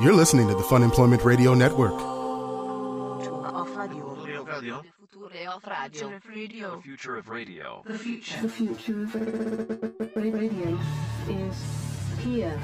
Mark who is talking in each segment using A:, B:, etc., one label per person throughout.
A: You're listening to the Fun Employment Radio Network.
B: The future of radio.
C: The future. The future of radio is here.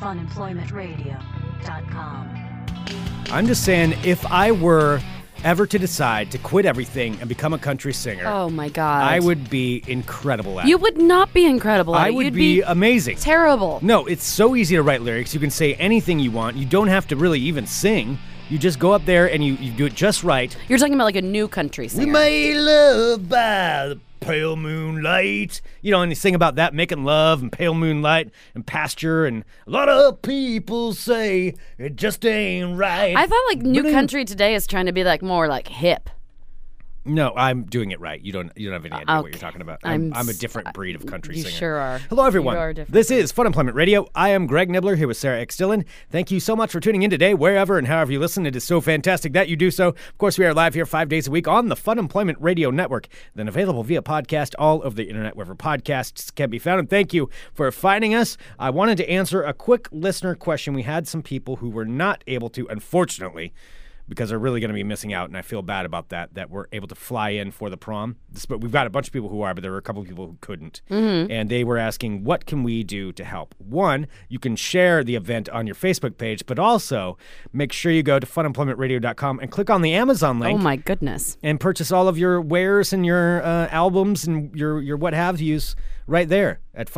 D: funemploymentradio.com.
E: I'm just saying, if I were ever to decide to quit everything and become a country singer,
F: Oh my god.
E: I would be incredible at
F: You
E: it.
F: would not be incredible. at
E: I
F: it.
E: would
F: You'd
E: be, amazing.
F: terrible.
E: no, it's so easy to write lyrics. You can say anything you want. You don't have to really even sing. You just go up there and you, you do it just right.
F: You're talking about like a new country singer.
E: We made love by the pale moonlight. You know, and you sing about that, making love and pale moonlight and pasture. And a lot of people say it just ain't right.
F: I thought like new
E: But it-
F: country today is trying to be like more like hip.
E: No, I'm doing it right. You don't. You don't have any idea what you're
F: okay.
E: talking about. I'm,
F: I'm
E: I'm a
F: s- uh,
E: different breed of country
F: you
E: singer.
F: sure are.
E: Hello,
F: You
E: everyone.
F: are a different
E: this is Fun Employment Radio. I am Greg Nibbler here with Sarah X Dillon. Thank you so much for tuning in today, wherever and however you listen. It is so fantastic that you do so. Of course, we are live here five days a week on the Fun Employment Radio Network, then available via podcast all over the internet wherever podcasts can be found. And thank you for finding us. I wanted to answer a quick listener question. We had some people who were not able to, unfortunately because they're really going to be missing out, and I feel bad about that. That we're able to fly in for the prom, This- but we've got a bunch of people who are, but there were a couple of people who couldn't,
F: Mm-hmm.
E: and they were asking, "What can we do to help?" One, you can share the event on your Facebook page, but also make sure you go to funemploymentradio.com and click on the Amazon
F: Oh
E: link
F: my goodness.
E: and purchase all of your wares and your uh, albums and your your what have yous right there at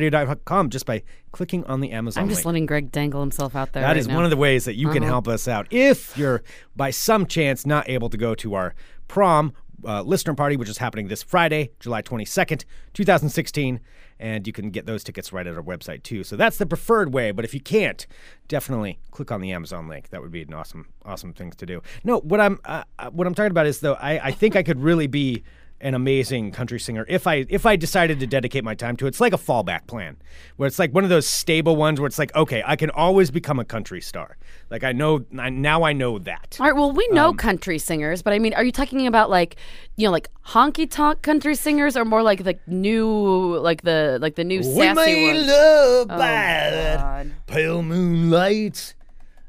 E: funemploymentradio.com just by clicking on the Amazon.
F: I'm just
E: link.
F: letting Greg dangle himself out there.
E: Oh That
F: right
E: is
F: now. Mm-hmm.
E: one of the ways that you can help us out. If you're by some chance not able to go to our prom uh, listener party, which is happening this Friday, July 22nd, 2016, and you can get those tickets right at our website too. So that's the preferred way. But if you can't, definitely click on the Amazon link. That would be an awesome, awesome thing to do. No, what I'm uh, uh, what I'm talking about is though I, I think I could really be an amazing country singer if I if I decided to dedicate my time to it. It's like a fallback plan where it's like one of those stable ones where it's like, okay, I can always become a country star. Like I know I, now I know that.
F: All right, well, we
E: Um,
F: know country singers, but I mean, are you talking about like, you know, like honky tonk country singers, or more like the new, like the like the new sassy ones? Oh,
E: love
F: God.
E: pale moonlight.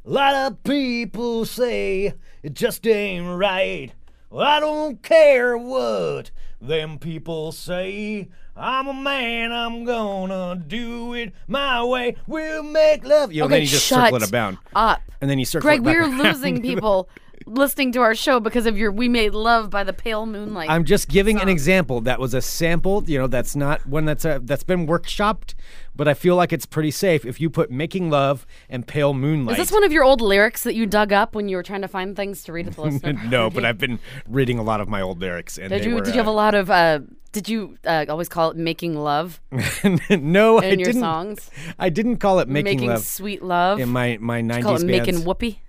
E: A lot of people say it just ain't right. Well, I don't care what them people say. I'm a man, I'm gonna do it my way. We'll make love. You know, and
F: Okay,
E: then you just
F: shut
E: circle it around.
F: up.
E: And then you circle
F: Greg,
E: it back
F: we're
E: around.
F: losing people listening to our show because of your "We Made Love" by the Pale Moonlight.
E: I'm just giving an example. That was a sample. You know, that's not one that's a, that's been workshopped, but I feel like it's pretty safe if you put "Making Love" and "Pale Moonlight."
F: is this one of your old lyrics that you dug up when you were trying to find things to read at the listener?
E: no, but I've been reading a lot of my old lyrics, and
F: Did
E: they
F: you
E: were,
F: did you have a
E: uh,
F: lot of? Uh, did you uh, always call it making love
E: uh, no, I
F: in your
E: didn't.
F: songs?
E: I didn't call it making,
F: Making
E: love
F: sweet love.
E: in my my nineties
F: call it
E: bands.
F: making whoopee.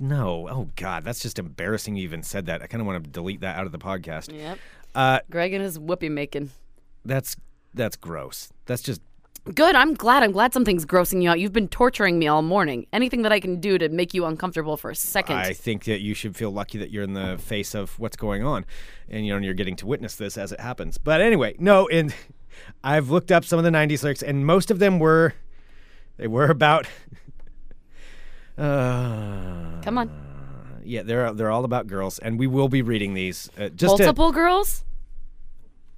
E: no, oh god, that's just embarrassing. You even said that. I kind of want to delete that out of the podcast.
F: Yep.
E: Uh,
F: Greg and his whoopee making.
E: That's that's gross. That's just
F: Good. I'm glad. I'm glad something's grossing you out. You've been torturing me all morning. Anything that I can do to make you uncomfortable for a second.
E: I think that you should feel lucky that you're in the face of what's going on, and you know you're getting to witness this as it happens. But anyway, no, and I've looked up some of the '90s lyrics, and most of them were they were about. Uh,
F: Come on.
E: yeah, they're they're all about girls, and we will be reading these. Uh, just to-
F: Multiple girls?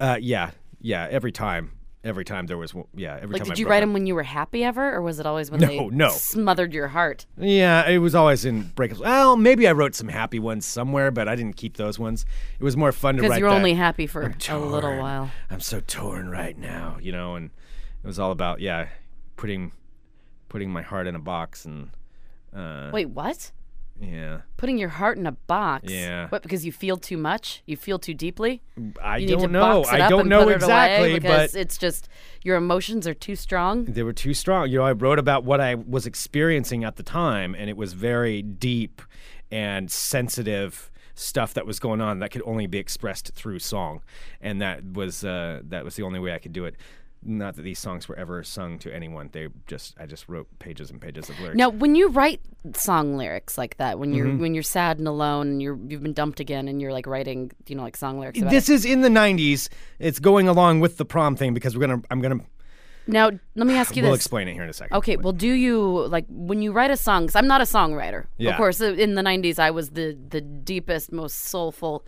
E: uh, yeah, yeah. Every time, every time there was, one- yeah. Every
F: Like,
E: time
F: did
E: I
F: you
E: broke
F: write
E: up.
F: them when you were happy ever, or was it always when
E: No,
F: they
E: no.
F: smothered your heart?
E: Yeah, it was always in breakups. Well, maybe I wrote some happy ones somewhere, but I didn't keep those ones. It was more fun to
F: Because
E: write.
F: you're
E: that,
F: only happy for a
E: "I'm
F: little
E: torn.
F: while.
E: I'm so torn right now, you know, and it was all about yeah, putting putting my heart in a box and uh,
F: Wait, what?
E: yeah.
F: Putting your heart in a box?
E: Yeah.
F: What? Because you feel too much? You feel too deeply?
E: I
F: You
E: don't
F: need to
E: know.
F: box it
E: I
F: up
E: don't
F: and
E: know
F: put
E: exactly,
F: it away because
E: but
F: it's just your emotions are too strong.
E: they were too strong. You know, I wrote about what I was experiencing at the time, and it was very deep and sensitive stuff that was going on that could only be expressed through song, and that was uh, that was the only way I could do it. Not that these songs were ever sung to anyone. They just I just wrote pages and pages of lyrics.
F: Now, when you write song lyrics like that, when you're
E: Mm-hmm.
F: when you're sad and alone, and you're you've been dumped again, and you're like writing, you know, like song lyrics. About
E: this is in the 90s it's going along with the prom thing because we're gonna i'm gonna
F: it. Now, let me ask you
E: We'll
F: this.
E: explain it here in a second.
F: Okay, well, do you like when you write a song? Because I'm not a songwriter.
E: Yeah.
F: Of course, uh, in the '90s, I was the the deepest, most soulful,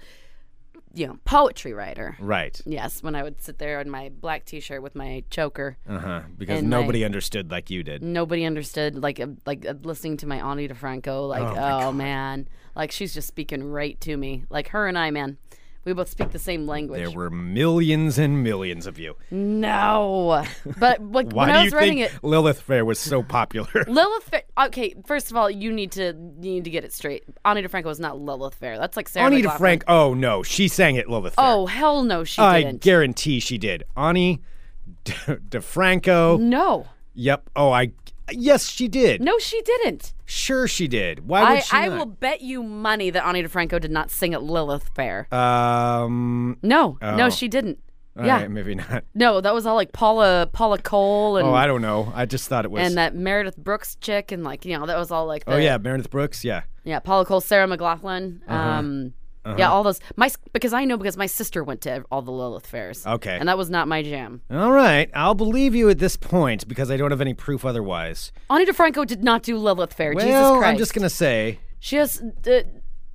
F: you know, poetry writer.
E: Right.
F: Yes, when I would sit there in my black T-shirt with my choker,
E: Uh huh. Because
F: And Mm-hmm.
E: nobody
F: like-
E: understood like you did.
F: nobody understood. Like, uh, like uh, listening to my auntie DeFranco. Like, oh, man, like she's just speaking right to me. Like her and I, man, we both speak the same language.
E: There were millions and millions of you.
F: no, but like
E: Why
F: Mm-hmm. when
E: do
F: I was
E: you
F: writing it,
E: think
F: Mm-hmm.
E: Lilith Fair was so popular?
F: Lilith Fair. Okay, first of all, you need to you need to get it straight. Ani DeFranco is not Lilith Fair. That's like Sarah.
E: Ani
F: McLachlan.
E: DeFranco. Oh no, she sang it, Lilith. Fair.
F: Oh hell no, she
E: I
F: didn't.
E: guarantee she did. Ani De- DeFranco.
F: no,
E: Yep. Oh, I. Yes, she did.
F: Mm-hmm. no, she didn't.
E: Sure, she did. Why would
F: I,
E: she
F: I
E: not?
F: will bet you money that Ani DeFranco did not sing at Lilith Fair.
E: Um.
F: no,
E: oh.
F: no, she didn't.
E: all
F: yeah, Mm-hmm.
E: right, maybe not.
F: no, that was all like Paula Paula Cole and
E: Oh, I don't know. I just thought it was.
F: and that Meredith Brooks chick and like you know that was all like the,
E: oh yeah, Uh-huh. Meredith Brooks. Yeah.
F: yeah Paula Cole, Sarah McLaughlin. Um, Yeah, all those my s- because I know because my sister went to ev- all the Lilith fairs.
E: Okay.
F: and that was not my jam.
E: All right, I'll believe you at this point because I don't have any proof otherwise.
F: Ani DeFranco did not do Lilith Fair.
E: well,
F: Jesus Christ!
E: I'm just gonna say
F: She has. Uh,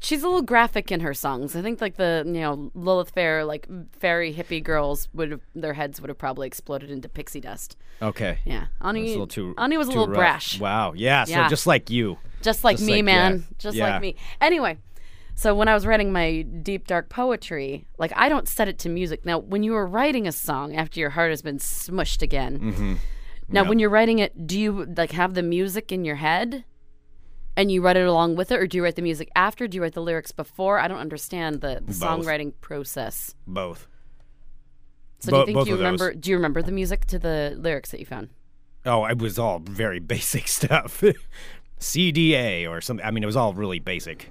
F: she's a little graphic in her songs. I think like the you know Lilith Fair like fairy hippie girls would have their heads would have probably exploded into pixie dust.
E: okay.
F: Yeah, Ani
E: It's a little too.
F: Ani was a
E: too
F: little
E: rough.
F: brash,
E: Wow. Yeah. So
F: Yeah.
E: just like you.
F: just like
E: just
F: me,
E: like-
F: man,
E: yeah,
F: just
E: yeah.
F: like me. Anyway. So when I was writing my deep dark poetry, like I don't set it to music. Now, when you are writing a song after your heart has been smushed again,
E: Mm-hmm.
F: now when you're writing it, do you like have the music in your head, and you write it along with it, or do you write the music after? Do you write the lyrics before? I don't understand the songwriting process.
E: Both.
F: So
E: Bo-
F: do you
E: both
F: think you
E: of those.
F: remember? Do you remember the music to the lyrics that you found?
E: Oh, it was all very basic stuff. CDA or something. I mean, it was all really basic.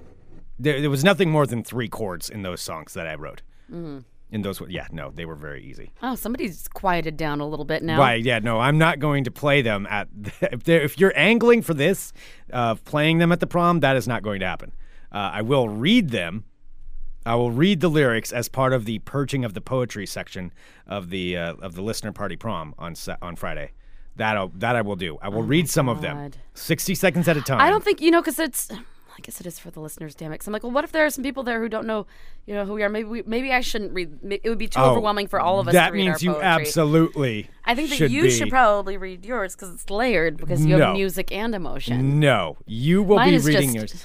E: There, there was nothing more than three chords in those songs that I wrote.
F: Mm-hmm.
E: In those, yeah, no, they were very easy.
F: Oh, somebody's quieted down a little bit now.
E: Right, yeah, no, I'm not going to play them at. If, they're- if you're angling for this, uh, playing them at the prom, that is not going to happen. Uh, I will read them. I will read the lyrics as part of the purging of the poetry section of the uh, of the listener party prom on Sa- on Friday. That I'll, that I will do. I will read some of them,
F: Oh God.
E: sixty seconds at a time.
F: I don't think you know because it's. I guess it is for the listeners, damn it. 'Cause I'm like, well, what if there are some people there who don't know, you know, who we are? Maybe we, maybe I shouldn't read. ma- It would be too
E: Oh,
F: overwhelming for all of us.
E: That
F: to read
E: means
F: our
E: you
F: poetry.
E: absolutely.
F: I think that
E: should
F: you
E: be-
F: should probably read yours because it's layered because you
E: No.
F: have music and emotion.
E: No, you will
F: Mine
E: be
F: is
E: reading
F: just-
E: yours.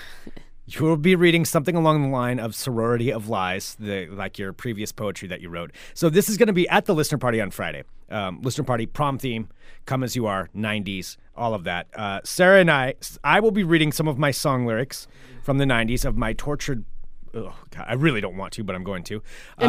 E: You will be reading something along the line of "Sorority of Lies," the, like your previous poetry that you wrote. So this is going to be at the listener party on Friday. Um, listener party prom theme, "Come as You Are," '90s, all of that. Uh, Sarah and I, I will be reading some of my song lyrics from the '90s of my tortured. Oh God, I really don't want to, but I'm going to. Um,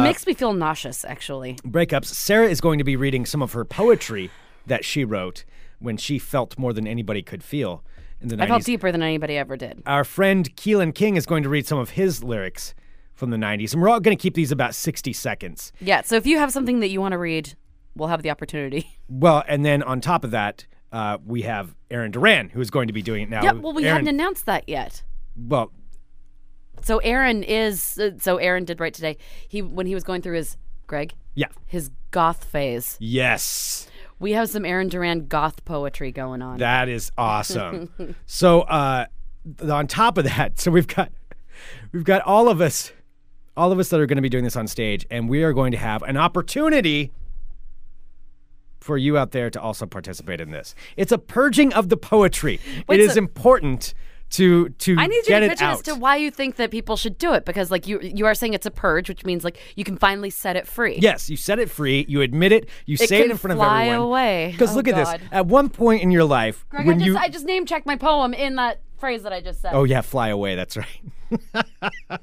F: It makes me feel nauseous, actually.
E: breakups, Sarah is going to be reading some of her poetry that she wrote when she felt more than anybody could feel in the 90s.
F: I felt deeper than anybody ever did.
E: Our friend Keelan King is going to read some of his lyrics from the 90s, and we're all going to keep these about 60 seconds.
F: Yeah. So if you have something that you want to read, we'll have the opportunity.
E: Well, and then on top of that, uh, we have Aaron Duran, who is going to be doing it now.
F: yeah. Well, we
E: Aaron,
F: haven't announced that yet.
E: Well,
F: So Aaron is. uh, So Aaron did right today. He when he was going through his Greg
E: yeah.
F: his goth phase.
E: Yes.
F: We have some Aaron Duran goth poetry going on.
E: That is awesome. so uh, th- on top of that, so we've got we've got all of us, all of us that are going to be doing this on stage, and we are going to have an opportunity for you out there to also participate in this. It's a purging of the poetry.
F: Wait,
E: it is
F: so-
E: important to to
F: I need you
E: get
F: to
E: it
F: pitch
E: out.
F: as to why you think that people should do it because like you you are saying it's a purge, which means like you can finally set it free.
E: Yes, you set it free. You admit it. You say it
F: can
E: in front
F: fly
E: of everyone.
F: away.
E: Because
F: Oh,
E: look at
F: God.
E: this. At one point in your life,
F: Greg,
E: when
F: I just
E: you
F: I just name checked my poem in that phrase that I just said.
E: Oh yeah, fly away. That's right.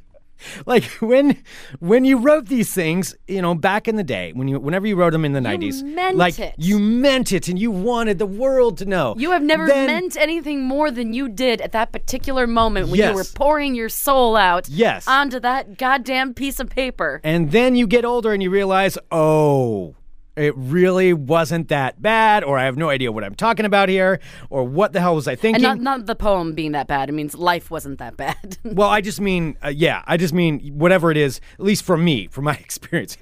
E: like when when you wrote these things, you know, back in the day, when you whenever you wrote them in the nineties,
F: meant
E: like
F: it.
E: you meant it, and you wanted the world to know.
F: You have never
E: Then-
F: meant anything more than you did at that particular moment when
E: Yes.
F: you were pouring your soul out
E: Yes.
F: onto that goddamn piece of paper.
E: And then you get older and you realize, oh, It really wasn't that bad, or I have no idea what I'm talking about here, or what the hell was I
F: And
E: thinking.
F: not not the poem being that bad. It means life wasn't that bad.
E: well, I just mean, uh, yeah, I just mean whatever it is, at least for me, from my experience.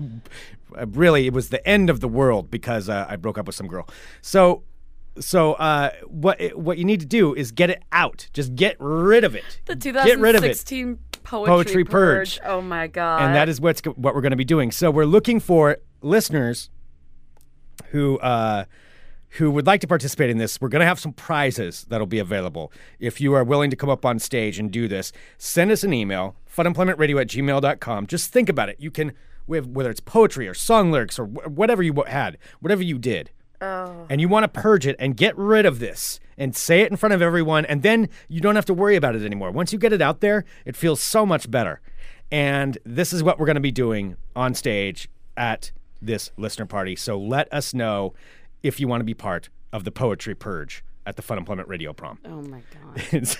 E: uh, really, it was the end of the world because uh, I broke up with some girl. So. So uh, what what you need to do is get it out. Just get rid of it.
F: the
E: get rid of it.
F: 2016 poetry,
E: Poetry purge.
F: Oh my god.
E: and that is what's go- what we're going to be doing. So we're looking for listeners who uh, who would like to participate in this. We're going to have some prizes that'll be available if you are willing to come up on stage and do this. Send us an email, funemploymentradio at gmail.com. Just think about it. You can with whether it's poetry or song lyrics or wh- whatever you w- had, whatever you did. And you want to purge it and get rid of this and say it in front of everyone. And then you don't have to worry about it anymore. Once you get it out there, it feels so much better. And this is what we're going to be doing on stage at this listener party. So let us know if you want to be part of the poetry purge at the Fun Employment Radio Prom.
F: oh my god.
E: It's-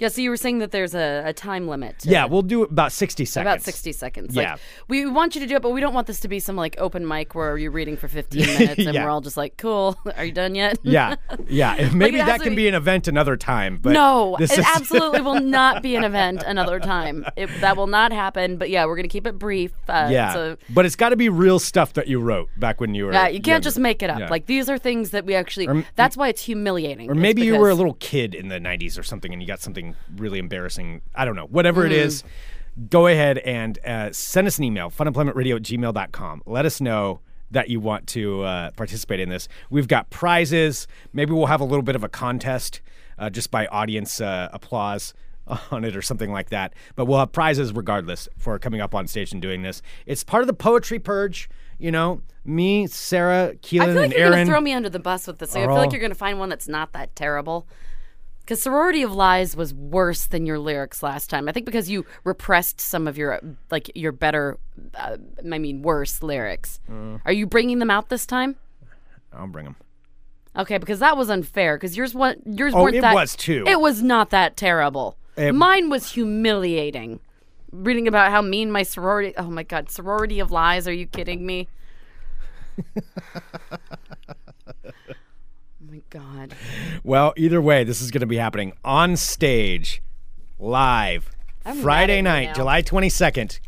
F: Yeah. So you were saying that there's a, a time limit. to
E: yeah, we'll do about 60 seconds.
F: About 60 seconds.
E: Yeah.
F: Like, we want you to do it, but we don't want this to be some like open mic where you're reading for 15 minutes and
E: Yeah.
F: we're all just like, cool, are you done yet?
E: Yeah, yeah. Maybe
F: it has
E: that
F: to
E: can
F: be-
E: be an event another time. But
F: No, it
E: this is-
F: absolutely will not be an event another time. It, that will not happen. But yeah, we're going to keep it brief. Uh,
E: Yeah,
F: So,
E: but it's got to be real stuff that you wrote back when you were.
F: yeah, you can't
E: younger.
F: just make it up.
E: Yeah.
F: Like these are things that we actually. that's why it's humiliating.
E: Or maybe you were a little kid in the 90s or something and you got something really embarrassing. I don't know. Whatever it is,
F: Mm.
E: go ahead and uh, send us an email, funemploymentradio at gmail.com. Let us know that you want to uh, participate in this. We've got prizes. Maybe we'll have a little bit of a contest uh, just by audience uh, applause on it or something like that. But we'll have prizes regardless for coming up on stage and doing this. It's part of the poetry purge. You know, me, Sarah, Keelan,
F: I feel like
E: and
F: you're
E: Aaron.
F: going to throw me under the bus with this. Like, I feel
E: all-
F: like you're going to find one that's not that terrible. Because Sorority of Lies was worse than your lyrics last time. I think because you repressed some of your, uh, like, your better, uh, I mean, worse lyrics.
E: Mm.
F: Are you bringing them out this time?
E: I'll bring them.
F: Okay, because that was unfair. Because yours was yours
E: Oh,
F: weren't
E: it
F: that.
E: was, too.
F: It was not that terrible.
E: It-
F: Mine was humiliating. Reading about how mean my sorority. Oh my god, sorority of lies. Are you kidding me? oh my god.
E: Well, either way, this is going to be happening on stage, live,
F: mad at
E: Friday
F: you
E: night,
F: now.
E: July 22nd.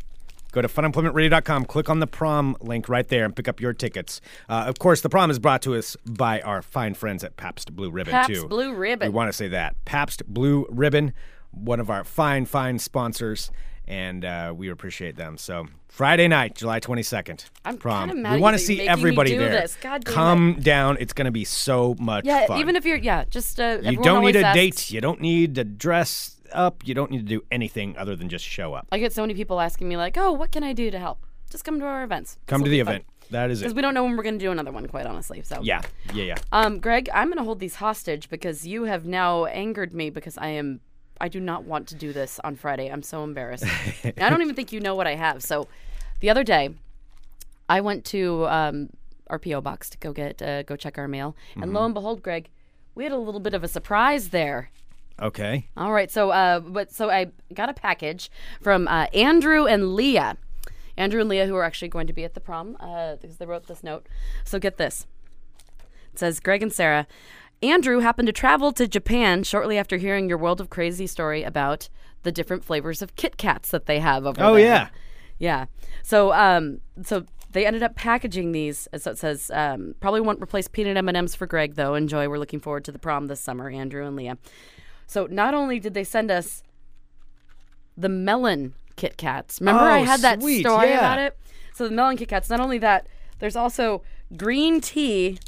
E: Go to funemploymentradio.com, click on the prom link right there, and pick up your tickets. Uh, of course, the prom is brought to us by our fine friends at Pabst Blue Ribbon,
F: Pabst
E: too.
F: Blue Ribbon.
E: We want to say that. Pabst Blue Ribbon, one of our fine, fine sponsors, and uh, we appreciate them. So, Friday night, July 22nd.
F: I'm
E: prom.
F: kinda mad
E: we
F: at
E: wanna
F: you that
E: see
F: you're making me
E: everybody
F: do
E: there.
F: this. God damn it.
E: Come down. It's going to be so much
F: Yeah,
E: fun.
F: even if you're yeah, just uh,
E: You
F: everyone
E: don't
F: always
E: need a
F: asks-
E: date. You don't need to dress up. You don't need to do anything other than just show up.
F: I get so many people asking me like, "Oh, what can I do to help?" Just come to our events.
E: Come to the event. That is
F: Because
E: it.
F: we don't know when we're going to do another one, quite honestly. So
E: Yeah, yeah, yeah.
F: Um, Greg, I'm going to hold these hostage because you have now angered me because I am. I do not want to do this on Friday. I'm so embarrassed. And I don't even think you know what I have. So, the other day, I went to um, our PO box to go get uh, go check our mail, and lo and behold, Greg, we had a little bit of a surprise there. Uh,
E: Okay.
F: All right, so uh, but so I got a package from uh, Andrew and Leah, Andrew and Leah, who are actually going to be at the prom uh, because they wrote this note. So get this. It says Greg and Sarah. Andrew happened to travel to Japan shortly after hearing your World of Crazy story about the different flavors of Kit Kats that they have over
E: Oh
F: there.
E: yeah.
F: Yeah. So um so they ended up packaging these so it says um, probably won't replace peanut M&Ms for Greg though. Enjoy. We're looking forward to the prom this summer, Andrew and Leah. So not only did they send us the melon Kit Kats. Remember I
E: Oh,
F: had that
E: sweet,
F: story
E: yeah.
F: about it? So the melon Kit Kats, not only that, there's also green tea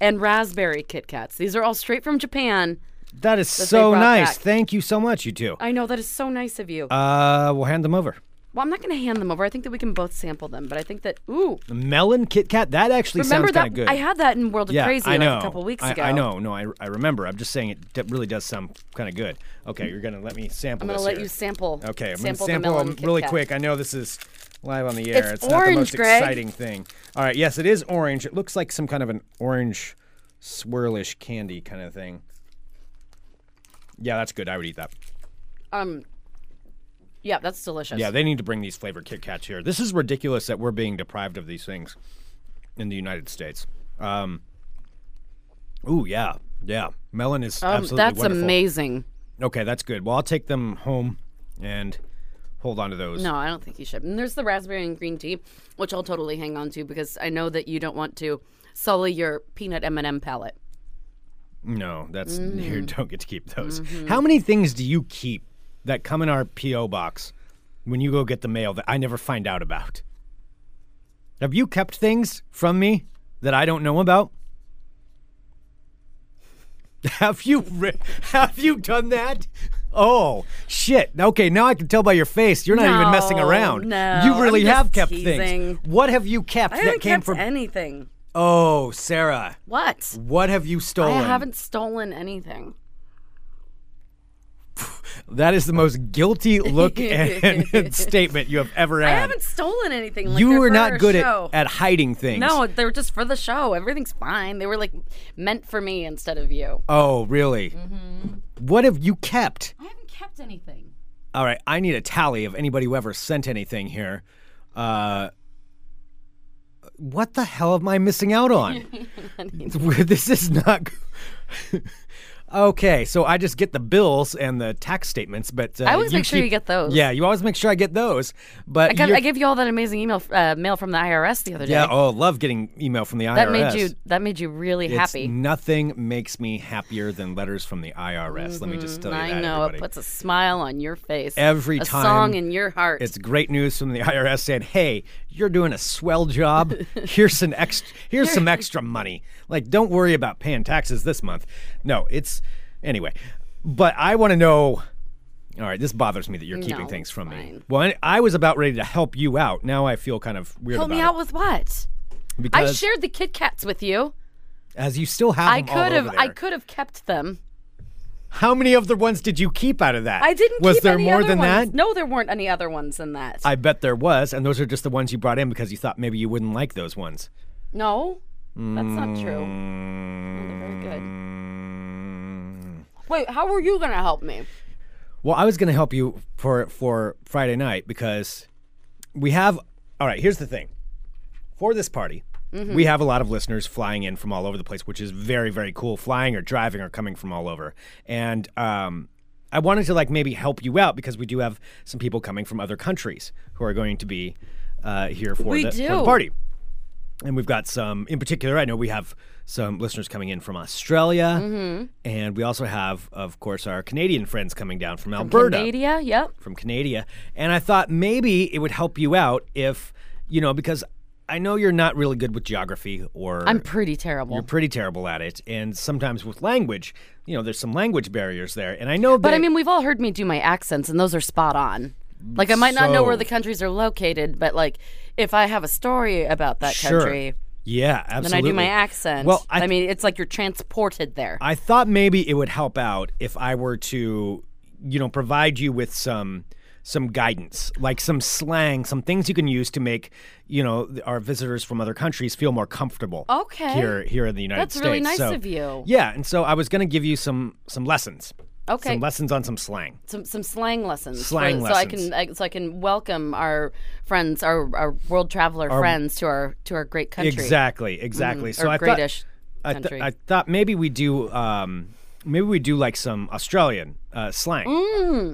F: and raspberry Kit Kats. These are all straight from Japan.
E: That is
F: they
E: so
F: brought
E: nice.
F: back. Uh,
E: Thank you so much, you two.
F: I know that is so nice of you.
E: Uh, we'll hand them over.
F: well, I'm not going to hand them over. I think that we can both sample them, but I think that ooh,
E: The melon Kit Kat. That actually
F: Remember
E: sounds kind
F: that
E: of good.
F: I had that in World of
E: yeah,
F: Crazy
E: I know.
F: like a couple weeks
E: I-
F: ago.
E: I know. No, I, I remember. I'm just saying it d- really does sound kind of good. Okay, you're gonna let me sample.
F: I'm gonna
E: this
F: let
E: here.
F: you sample.
E: Okay, I'm
F: sample,
E: gonna sample
F: the melon
E: them
F: Kit
E: really
F: Kat.
E: quick. I know this is live on the air.
F: It's
E: It's, not the most
F: orange, Greg.
E: exciting thing. All right, yes, it is orange. It looks like some kind of an orange swirlish candy kind of thing. Yeah, that's good. I would eat that.
F: Um, yeah, that's delicious.
E: Yeah, they need to bring these flavored Kit Kats here. This is ridiculous that we're being deprived of these things. in the United States. Um, ooh, yeah, yeah. Melon is
F: Um,
E: absolutely
F: that's
E: wonderful.
F: amazing.
E: Okay, that's good. Well, I'll take them home and hold on to those.
F: No, I don't think you should. And there's the raspberry and green tea, which I'll totally hang on to because I know that you don't want to sully your peanut M&M palette.
E: No, that's you
F: Mm.
E: don't get to keep those.
F: Mm-hmm.
E: How many things do you keep that come in our PO box when you go get the mail that I never find out about? Have you kept things from me that I don't know about? Have you re- have you done that? Oh shit! Okay, now I can tell by your face you're not even messing
F: No,
E: around.
F: no,
E: you really
F: I'm just
E: have kept
F: teasing.
E: things. What have you kept
F: I
E: that
F: haven't
E: came
F: kept
E: from?
F: anything.
E: oh, Sarah,
F: What?
E: what have you stolen?
F: I haven't stolen anything.
E: That is the most guilty look and statement you have ever had.
F: I haven't stolen anything. Like
E: you
F: they're
E: were
F: for
E: not
F: our
E: good
F: show.
E: at, at hiding things.
F: No, they were just for the show. Everything's fine. They were like meant for me instead of you.
E: Oh, really?
F: Mm-hmm.
E: What have you kept?
F: I haven't kept anything.
E: All right, I need a tally of anybody who ever sent anything here. Uh, what the hell am I missing out on? this is not. g- okay, so I just get the bills and the tax statements, but uh,
F: I always
E: you
F: make sure you
E: keep-
F: get those.
E: Yeah, you always make sure I get those. But
F: I, got,
E: you're-
F: I gave you all that amazing email uh, mail from the IRS the other day.
E: yeah, oh, love getting email from the IRS.
F: that made you that made you really
E: It's-
F: happy.
E: nothing makes me happier than letters from the IRS. Let me just tell you
F: Mm-hmm. I
E: that.
F: know
E: everybody.
F: it puts a smile on your face.
E: Every
F: a
E: time
F: song in your heart.
E: it's great news from the IRS saying, "Hey, you're doing a swell job. Here's some extra. Here's some extra money. Like, don't worry about paying taxes this month." No, it's anyway. But I want to know. All right, this bothers me that you're keeping
F: No,
E: things from me.
F: fine.
E: Well, I- I was about ready to help you out. Now I feel kind of weird
F: Help
E: about
F: me
E: it
F: out with what? I
E: because
F: shared the Kit Kats with you.
E: as you still have
F: I
E: them all
F: could have
E: over
F: I
E: there.
F: could have kept them.
E: How many of the ones did you keep out of that?
F: I didn't.
E: Was
F: keep
E: there
F: any
E: more
F: other
E: than that?
F: ones. No, there weren't any other ones than that.
E: I bet there was, and those are just the ones you brought in because you thought maybe you wouldn't like those ones.
F: no, that's not true.
E: Mm.
F: Oh, they're very good. Wait, how were you gonna help me?
E: Well, I was going to help you for for Friday night because we have. All right, here's the thing. For this party,
F: Mm-hmm.
E: we have a lot of listeners flying in from all over the place, which is very very cool. Flying or driving or coming from all over, and um, I wanted to like maybe help you out because we do have some people coming from other countries who are going to be uh, here for
F: We
E: the- for the
F: do.
E: party. And we've got some, in particular, I know we have some listeners coming in from Australia.
F: Mm-hmm.
E: And we also have, of course, our Canadian friends coming down from Alberta,
F: Canada. Yep.
E: from Canada. And I thought maybe it would help you out if, you know, because I know you're not really good with geography or.
F: I'm pretty terrible.
E: you're pretty terrible at it, and sometimes with language, you know, there's some language barriers there. And I know,
F: But
E: that,
F: I mean, we've all heard me do my accents, and those are spot on. Like, I might not know where
E: So-
F: the countries are located, but like, if I have a story about that
E: sure,
F: country,
E: yeah,
F: then
E: absolutely.
F: I do my accent.
E: Well, I
F: I mean, it's like you're transported there.
E: I thought maybe it would help out if I were to, you know, provide you with some some guidance, like some slang, some things you can use to make, you know, th- our visitors from other countries feel more comfortable.
F: Okay.
E: Here here in the United
F: That's
E: States.
F: really nice
E: So-
F: of you.
E: Yeah, and so I was going to give you some some lessons.
F: Okay.
E: Some lessons on some slang.
F: some some slang lessons. for-
E: Slang
F: so
E: lessons.
F: I can I, so I can welcome our friends, our, our world traveler friends to our to our great country.
E: Exactly, exactly. so
F: Mm-hmm. or
E: I thought
F: greatish
E: I, th-
F: country.
E: I thought maybe we do um maybe we do like some Australian uh, slang.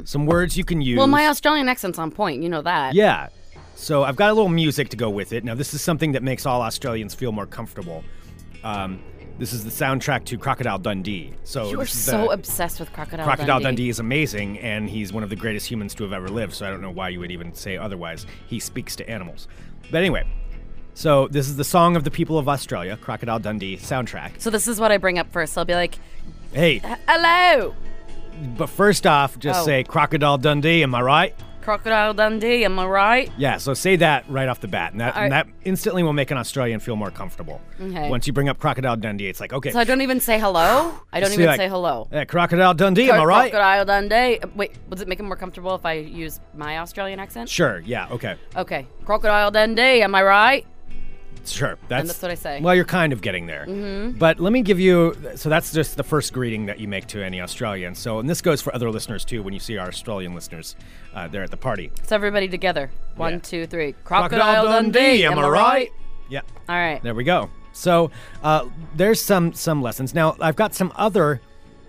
E: Some words you can use.
F: Mm. Well, my Australian accent's on point. You know that.
E: Yeah. So I've got a little music to go with it. Now, this is something that makes all Australians feel more comfortable. Um, this is the soundtrack to Crocodile Dundee. So
F: You are
E: this is
F: so
E: the-
F: obsessed with crocodile.
E: Crocodile Dundee. is amazing, and he's one of the greatest humans to have ever lived. So I don't know why you would even say otherwise. He speaks to animals. But anyway, so this is the song of the people of Australia, Crocodile Dundee soundtrack.
F: So this is what I bring up first. I'll be like,
E: Hey,
F: "Hello,
E: but first off, just
F: Uh, Oh.
E: say Crocodile Dundee. Am I right?
F: crocodile Dundee. Am I right?"
E: Yeah, so say that right off the bat, and that,
F: All
E: and
F: right.
E: that instantly will make an Australian feel more comfortable.
F: Okay.
E: Once you bring up Crocodile Dundee, it's like okay.
F: So I don't even say hello. I don't
E: So
F: even
E: you're like,
F: say hello.
E: "Hey, Crocodile Dundee, am I
F: Cro-
E: right?
F: Crocodile Dundee. Uh, Wait, does it make it more comfortable if I use my Australian accent?
E: Sure. Yeah. Okay.
F: Okay. Crocodile Dundee. Am I right?
E: Sure. That's
F: that's what I say.
E: Well, you're kind of getting there. Mm-hmm. But let me give you. So that's just the first greeting that you make to any Australian. So and this goes for other listeners too. When you see our Australian listeners, uh, they're at the party.
F: So everybody together.
E: Yeah.
F: One, two, three.
E: Crocodile Dundee, am I right? Yeah.
F: All right.
E: There we go. So uh, there's some some lessons. Now I've got some other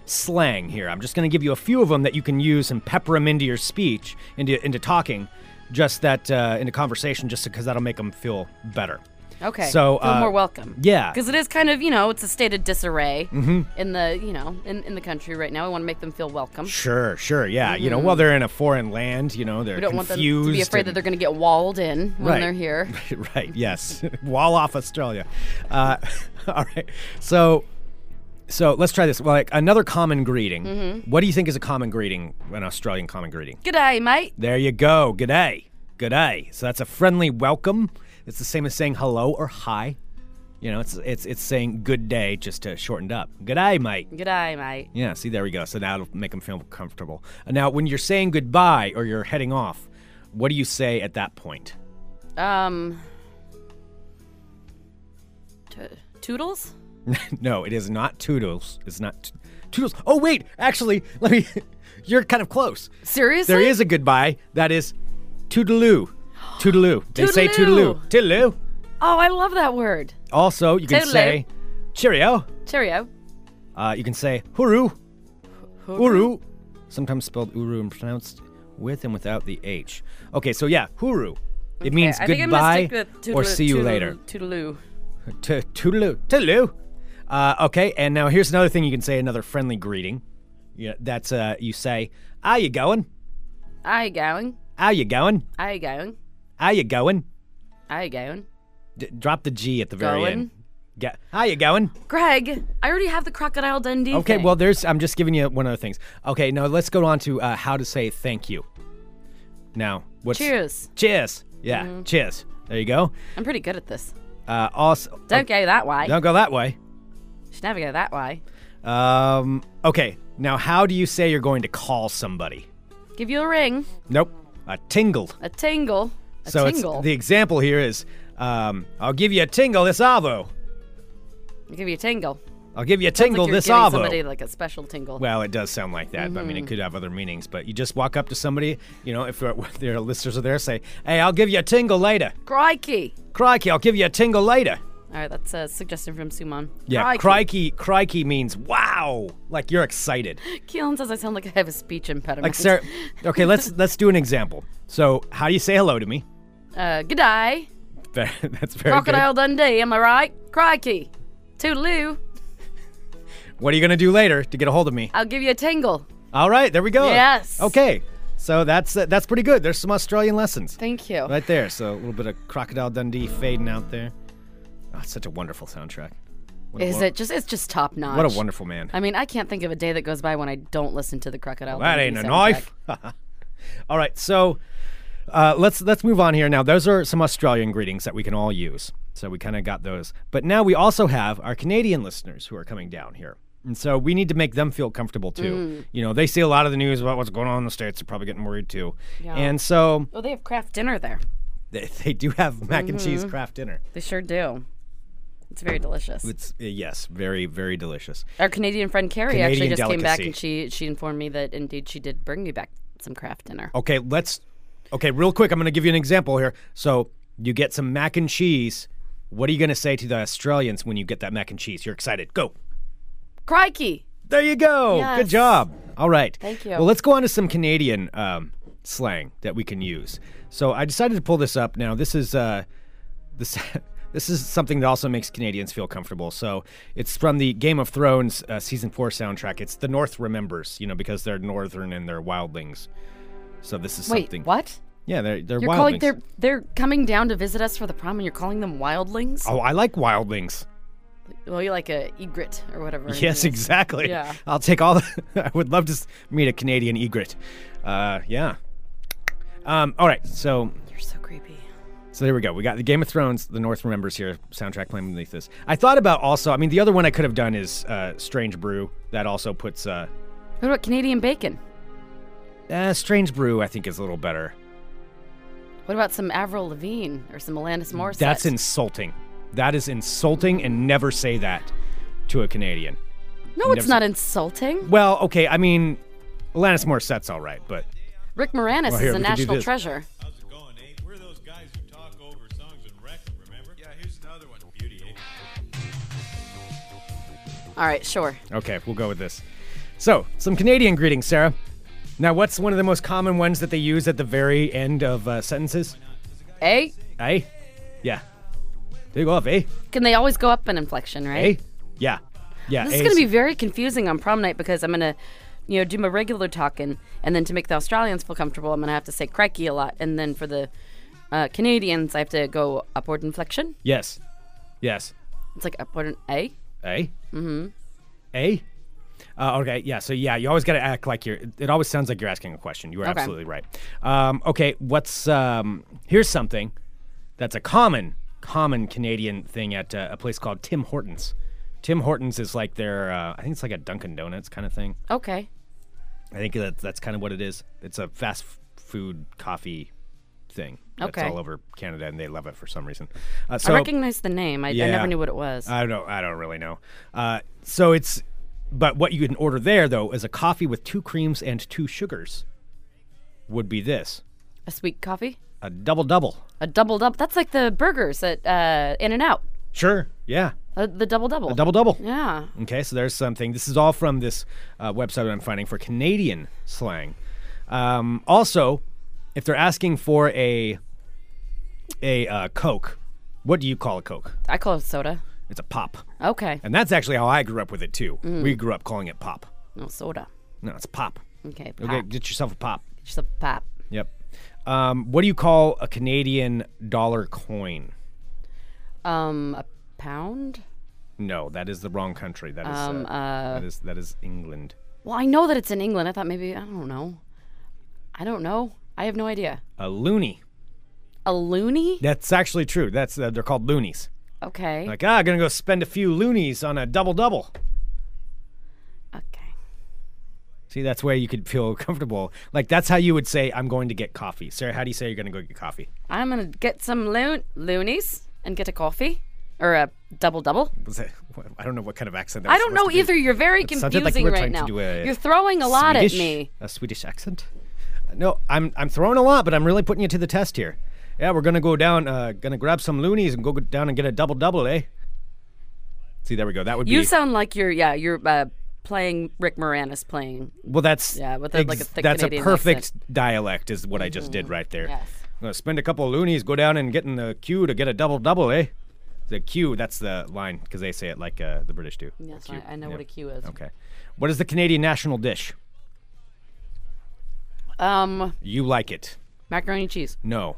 E: slang here. I'm just going to give you a few of them that you can use and pepper them into your speech, into into talking, just that uh, into conversation, just because that'll make them feel better.
F: Okay.
E: So,
F: feel
E: uh,
F: more welcome.
E: yeah. Mm-hmm.
F: Because it is kind of you know it's a state of disarray in the you know in, in the country right now. We want to make them feel welcome.
E: Sure, sure, yeah. You know, while they're in a foreign land, you know
F: Mm-hmm.
E: they're
F: We don't want them
E: confused.
F: to be afraid
E: and-
F: that they're going to get walled in when
E: Right.
F: they're here.
E: right. Yes. Wall off Australia. Uh, all right. So, so let's try this. Well, like another common greeting.
F: Mm-hmm.
E: What do you think is a common greeting? An Australian common greeting.
F: G'day, mate.
E: There you go. G'day. G'day. So that's a friendly welcome. It's the same as saying hello or hi. You know, it's it's it's saying good day just to shortened up. G'day, mate.
F: G'day, mate.
E: Yeah, see, there we go. So that'll make them feel comfortable. Uh, Now, when you're saying goodbye or you're heading off, what do you say at that point?
F: Um. to- toodles.
E: no, it is not Toodles. It's not t- Toodles. Oh wait, actually, let me. You're kind of close.
F: Seriously.
E: There is a goodbye. That is Toodaloo. Toodaloo. They say
F: Toodaloo.
E: Toodaloo. Toodaloo.
F: Oh, I love that word.
E: Also, you can
F: Toodaloo.
E: say Cheerio.
F: Cheerio.
E: Uh, you can say Huru. Uru. Sometimes spelled Uru and pronounced with and without the H. Okay, so yeah, Huru. It means
F: I think I'm gonna
E: goodbye
F: stick with
E: or
F: toodaloo-
E: see you
F: toodaloo-
E: later.
F: Toodaloo.
E: to toodaloo, toodaloo. Uh, okay, and now here's another thing you can say, another friendly greeting. Yeah, that's uh, you say, "How you going?
F: How you going?
E: How you going?
F: How you going?
E: How you going?"
F: How you going?
E: D- drop the G at the very
F: Going.
E: end. Ga- How you going?
F: Greg, I already have the crocodile Dundee.
E: Okay,
F: thing.
E: well, there's. I'm just giving you one of the things. Okay, now let's go on to uh, how to say thank you. Now, what's
F: cheers. Mm-hmm.
E: Cheers. Yeah, cheers. There you go.
F: I'm pretty good at this.
E: Uh, also,
F: Don't go that way.
E: don't go that way.
F: Should never go that way.
E: Um, okay, now how do you say you're going to call somebody?
F: Give you a ring,
E: Nope, a tingle.
F: a tingle, a
E: so
F: tingle.
E: It's, the example here is um, I'll give you a tingle this Avo.
F: Give you a tingle.
E: I'll give you a
F: It's like
E: tingle
F: you're
E: this
F: giving
E: Avo.
F: somebody like a special tingle.
E: well, it does sound like that. but I mean,
F: Mm-hmm.
E: it could have other meanings. But you just walk up to somebody, you know, if, if their listeners are there, say, hey, I'll give you a tingle later.
F: Crikey!
E: Crikey, I'll give you a tingle later.
F: All right, that's a suggestion from Suman.
E: Yeah, crikey, crikey, means wow. Like you're excited.
F: Keelan says I sound like I have a speech impediment.
E: Like, sir, okay, let's let's do an example. So, how do you say hello to me?
F: Uh, g'day,
E: Very- That's very
F: crocodile Dundee. Am I right? Crikey! Toodaloo!
E: good. What are you gonna do later to get a hold of me?
F: I'll give you a tingle.
E: All right, there we go.
F: Yes.
E: Okay, so that's uh, that's pretty good. There's some Australian lessons
F: Thank you.
E: right there. So a little bit of Crocodile Dundee fading out there. Oh, it's such a wonderful soundtrack. What a
F: Is
E: wo-
F: it just? It's just top notch.
E: What a wonderful man.
F: I mean, I can't think of a day that goes by when I don't listen to the crocodile.
E: that
F: Dundee
E: ain't a
F: soundtrack.
E: knife. all right, so uh, let's let's move on here. Now those are some Australian greetings that we can all use. So we kind of got those, but now we also have our Canadian listeners who are coming down here. And so we need to make them feel comfortable too. You know, they see a lot of the news about what's going on in the States. They're probably getting worried too. And so
F: Oh, they have craft dinner there.
E: They, they do have mac and cheese craft dinner.
F: They sure do. It's very delicious.
E: It's uh, yes, very very delicious.
F: Our Canadian friend Carrie actually
E: Canadian
F: just came back and
E: delicacy.
F: she she informed me that indeed she did bring me back some craft dinner.
E: Okay, let's. Okay, real quick, I'm going to give you an example here. So you get some mac and cheese. What are you going to say to the Australians when you get that mac and cheese? You're excited. Go.
F: Crikey!
E: There you go. Good
F: Yes.
E: job. All right.
F: Thank you.
E: Well, let's go on to some Canadian um, slang that we can use. So I decided to pull this up. Now this is uh, this this is something that also makes Canadians feel comfortable. So it's from the Game of Thrones uh, season four soundtrack. It's the North remembers, you know, because they're northern and they're wildlings. So this is
F: Wait,
E: something.
F: what?
E: Yeah, they're they're
F: You're
E: wildlings.
F: calling they're they're coming down to visit us for the prom and you're calling them wildlings?
E: Oh, I like wildlings.
F: Well, you're like a egret or whatever. her
E: Yes,
F: name is.
E: exactly.
F: Yeah.
E: I'll take all the. I would love to s- meet a Canadian egret. Uh, yeah. Um, all right, so
F: You're so creepy.
E: so there we go. We got the Game of Thrones, the North remembers here soundtrack playing beneath this. I thought about also. I mean, the other one I could have done is uh, Strange Brew. That also puts uh,
F: What about Canadian bacon?
E: uh, Strange Brew. I think is a little better.
F: What about some Avril Lavigne or some Alanis Morissette?
E: Mm, That's insulting. That is insulting, and never say that to a Canadian.
F: No, it's
E: never
F: not insulting.
E: Well, okay. I mean, Alanis Morissette's all right, but
F: Rick Moranis
E: Well, here,
F: is a
E: we can do
F: national
E: this.
F: treasure.
D: How's it going, Nate? We're those guys who talk over songs and record, remember? Yeah, here's another
F: All right, sure.
E: Okay, we'll go with this. So, some Canadian greetings, Sarah. Now, what's one of the most common ones that they use at the very end of uh, sentences?
F: Hey,
E: Eh? Yeah. There you go, eh?
F: can they always go up an inflection,
E: Eh?
F: right?
E: Yeah. Yeah.
F: This is going to be very confusing on prom night because I'm going to, you know, do my regular talking, and then to make the Australians feel comfortable, I'm going to have to say crikey a lot, and then for the uh, Canadians, I have to go upward inflection.
E: Yes. Yes.
F: It's like upward and a.
E: Eh? Mm-hmm. Eh? Uh, okay, yeah. So yeah, you always got to act like you're. It always sounds like you're asking a question. You are
F: Okay.
E: absolutely right. Um, okay, what's um, here's something that's a common, common Canadian thing at uh, a place called Tim Hortons. Tim Hortons is like their. Uh, I think it's like a Dunkin' Donuts kind of thing.
F: Okay.
E: I think that that's kind of what it is. It's a fast f- food coffee thing. That's
F: Okay.
E: all over Canada, and they love it for some reason. Uh, so
F: I recognize the name. I, I
E: Yeah.
F: never knew what it was.
E: I don't. I don't really know. Uh, so it's, but what you can order there though is a coffee with two creams and two sugars. Would be this
F: a sweet coffee?
E: a double double?
F: A double double. That's like the burgers at uh, In and Out.
E: Sure. Yeah.
F: Uh, the double double.
E: A double double.
F: Yeah.
E: Okay. So there's something. This is all from this uh, website I'm finding for Canadian slang. Um, also, if they're asking for a a uh, Coke, what do you call a Coke?
F: I call it soda.
E: It's a pop,
F: Okay.
E: and that's actually how I grew up with it too. We grew up calling it pop.
F: No soda.
E: No, it's Mm. pop.
F: Okay. Pop.
E: Okay, get yourself a pop.
F: Just a pop.
E: Yep. Um, what do you call a Canadian dollar coin?
F: Um, a pound.
E: No, that is the wrong country. That is
F: Um,
E: uh, that is that is England.
F: Well, I know that it's in England. I thought maybe I don't know. I don't know. I have no idea.
E: A loony.
F: A loony?
E: That's actually true. That's uh, they're called loonies.
F: Okay.
E: Like ah, gonna go spend a few loonies on a double double.
F: okay.
E: See, that's where you could feel comfortable. Like that's how you would say, "I'm going to get coffee." Sarah, how do you say you're gonna go get coffee?
F: I'm gonna get some loon loonies and get a coffee or a double double.
E: Was that, I don't know what kind of accent. That
F: I
E: was
F: don't
E: supposed
F: know
E: to be.
F: either. You're very
E: It sounded like
F: confusing
E: you were
F: right
E: trying to
F: now.
E: do a
F: You're throwing a lot
E: Swedish,
F: at me.
E: A Swedish accent? No, I'm I'm throwing a lot, but I'm really putting you to the test here. Yeah, we're gonna go down, uh, gonna grab some loonies and go g- down and get a double double, eh? See, there we go. That would
F: You
E: be
F: sound like you're yeah you're uh, playing Rick Moranis playing.
E: well. That's
F: Yeah, with a- like a thick
E: that's
F: Canadian
E: a perfect
F: accent. Mm-hmm.
E: dialect, is what I just did right there.
F: Yes.
E: I'm gonna spend a couple of loonies, go down and get in the queue to get a double double, eh? The queue, that's the line because they say it like uh, the British do.
F: Yes,
E: Queue.
F: I, I know
E: Yeah.
F: what a cue is.
E: Okay, what is the Canadian national dish?
F: Um,
E: You like it?
F: macaroni and cheese.
E: No.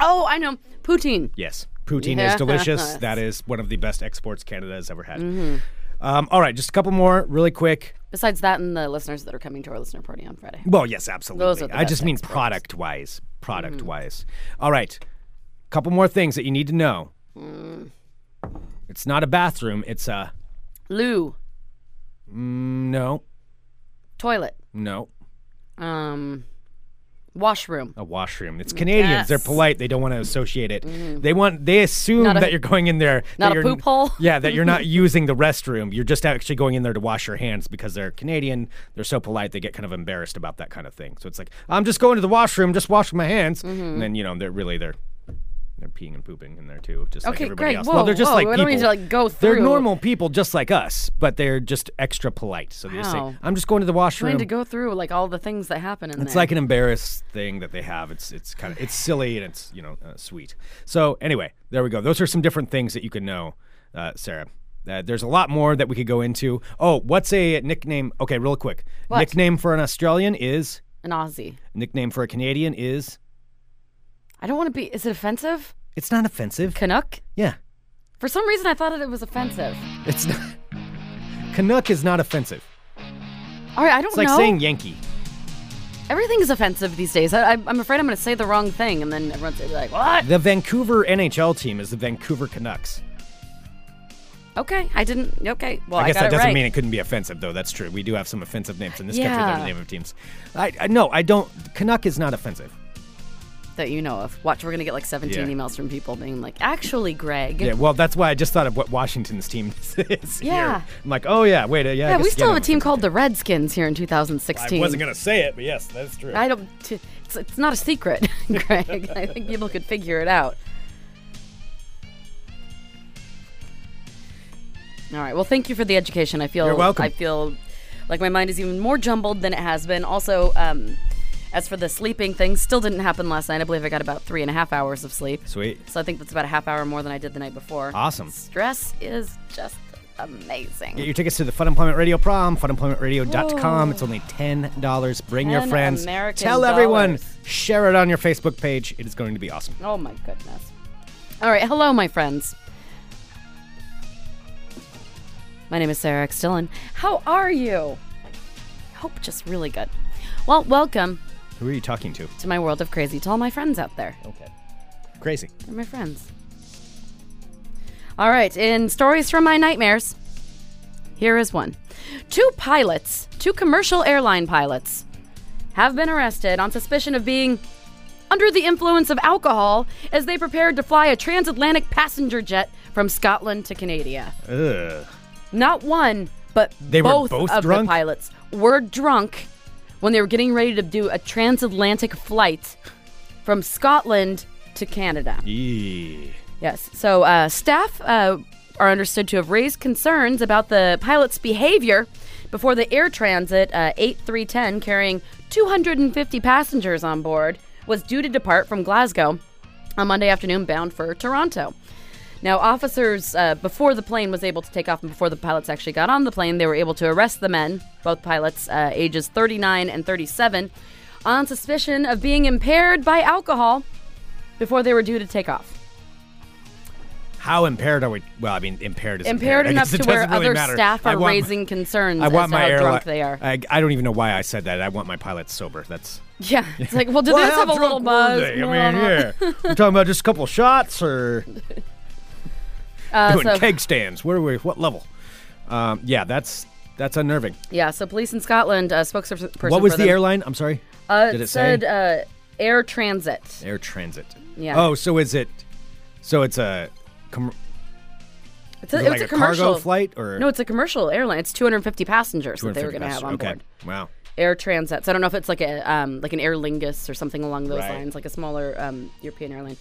F: Oh, I know poutine.
E: Yes, poutine is delicious. That is one of the best exports Canada has ever had.
F: Mm-hmm.
E: Um, all right, just a couple more, really quick.
F: Besides that, and the listeners that are coming to our listener party on Friday.
E: Well, yes, absolutely.
F: Those are the
E: I just
F: best
E: mean
F: exports. Mm-hmm.
E: product wise. Product wise. All right, couple more things that you need to know.
F: Mm.
E: It's not a bathroom. It's a
F: Lou,
E: no,
F: toilet,
E: no,
F: um, washroom.
E: a washroom. It's Canadians. They're
F: Yes. Mm-hmm.
E: polite. They don't want to associate it. They want. They assume
F: Not a-
E: that you're going in there. that
F: not a
E: you're-
F: poop hole?
E: Yeah, that you're not using the restroom. You're just actually going in there to wash your hands because they're Canadian. They're so polite. They get kind of embarrassed about that kind of thing. So it's like I'm just going to the washroom, just washing my hands,
F: Mm-hmm.
E: and then you know they're really they're. They're peeing and pooping in there too, just like
F: Okay,
E: everybody
F: great.
E: else.
F: Whoa,
E: well, they're just
F: whoa,
E: like
F: we
E: people.
F: don't need to, like, go
E: They're
F: through-
E: normal people, just like us, but they're just extra polite. So they just
F: Wow.
E: say, "I'm just going to the washroom."
F: Trying to go through like all the things that happen in
E: It's
F: there.
E: like an embarrassed thing that they have. It's it's kind of it's silly and it's you know uh, sweet. So anyway, there we go. Those are some different things that you can know, uh, Sarah. Uh, there's a lot more that we could go into. Oh, what's a nickname? Okay, real quick.
F: What?
E: Nickname for an Australian is
F: an Aussie.
E: nickname for a Canadian is.
F: I don't want to be. Is it offensive?
E: It's not offensive.
F: Canuck.
E: yeah,
F: For some reason, I thought that it was offensive.
E: it's not. Canuck is not offensive.
F: All right, I don't
E: It's like
F: know.
E: saying Yankee.
F: Everything's offensive these days. I, I, I'm afraid I'm going to say the wrong thing, and then everyone's gonna be like, "What?"
E: The Vancouver NHL team is the Vancouver Canucks.
F: Okay, I didn't. Okay, well, I,
E: I guess
F: got
E: that
F: it
E: doesn't
F: right.
E: mean it couldn't be offensive, though. That's true. We do have some offensive names in this country that are
F: Yeah.
E: the name of teams. I, I no, I don't. Canuck is not offensive.
F: that you know of. Watch, we're going to get like 17
E: Yeah.
F: emails from people being like, "Actually, Greg."
E: Yeah. Well, that's why I just thought of what Washington's team is. here.
F: Yeah.
E: I'm like, oh yeah, wait, uh, yeah. I
F: Yeah, we
E: guess
F: still
E: again,
F: have a
E: I'm
F: team
E: offensive.
F: called the Redskins here in
E: I
F: 2016.
E: wasn't gonna say it, but yes, that's true.
F: I don't. T- it's, it's not a secret, Greg. I think people could figure it out. All right. Well, thank you for the education. I feel
E: You're welcome.
F: I feel like my mind is even more jumbled than it has been. Also, um, as for the sleeping thing, still didn't happen last night. I believe I got about three and a half hours of sleep.
E: Sweet.
F: So I think that's about a half hour more than I did the night before.
E: Awesome.
F: Stress is just amazing.
E: Get your tickets to the Fun Employment Radio prom, funemploymentradio.com. It's only $10. Bring your
F: 10
E: friends.
F: American
E: Tell everyone.
F: dollars.
E: Share it on your Facebook page. It is going to be awesome.
F: Oh my goodness. All right, hello, my friends. My name is Sarah X. Dillon. How are you? Hope just really good. Well, welcome
E: Who are you talking to?
F: to my world of crazy to all my friends out there.
E: Okay. Crazy.
F: They're my friends. All right, in stories from my nightmares, here is one. Two pilots, two commercial airline pilots, have been arrested on suspicion of being under the influence of alcohol as they prepared to fly a transatlantic passenger jet from Scotland to Canada.
E: Ugh.
F: Not one, but
E: They were
F: both,
E: both
F: of
E: drunk?
F: the pilots were drunk when they were getting ready to do a transatlantic flight from Scotland to Canada.
E: Yee.
F: Yes. So uh, staff uh, are understood to have raised concerns about the pilot's behavior before the air transit uh, 8310 carrying 250 passengers on board was due to depart from Glasgow on Monday afternoon bound for Toronto. Now, officers, uh, before the plane was able to take off and before the pilots actually got on the plane, they were able to arrest the men, both pilots, uh, ages 39 and 37, on suspicion of being impaired by alcohol before they were due to take off.
E: How impaired are we? Well, I mean, impaired is
F: impaired
E: I
F: enough
E: guess it
F: to where
E: doesn't really
F: other
E: matter.
F: staff are
E: I want my-
F: raising concerns
E: I want
F: as to
E: my
F: how
E: airli-
F: drunk they are.
E: I, I don't even know why I said that. I want my pilots sober. That's.
F: yeah, it's like, well, did
E: Well,
F: this
E: how
F: have a little
E: drunk were
F: buzz?
E: they? I mean, yeah. We're talking about just a couple shots or
F: Uh,
E: doing
F: so-
E: keg stands. Where are we? What level? Um, yeah, that's that's unnerving.
F: yeah, so police in Scotland, uh, spokesperson.
E: what was
F: for
E: the
F: them,
E: airline? I'm sorry.
F: Uh,
E: Did it
F: said
E: say
F: Uh, air transit.
E: air transit?
F: Yeah.
E: Oh, so is it? So it's a. Com-
F: It's a,
E: was
F: it
E: it
F: was
E: like
F: a
E: a cargo
F: commercial
E: flight or-
F: no, it's a commercial airline. It's 250 passengers that they were
E: 250
F: going to have on board.
E: passenger- Okay. Wow.
F: Air transit. So I don't know if it's like a um, like an Aer Lingus or something along those
E: Right.
F: lines, like a smaller um, European airline.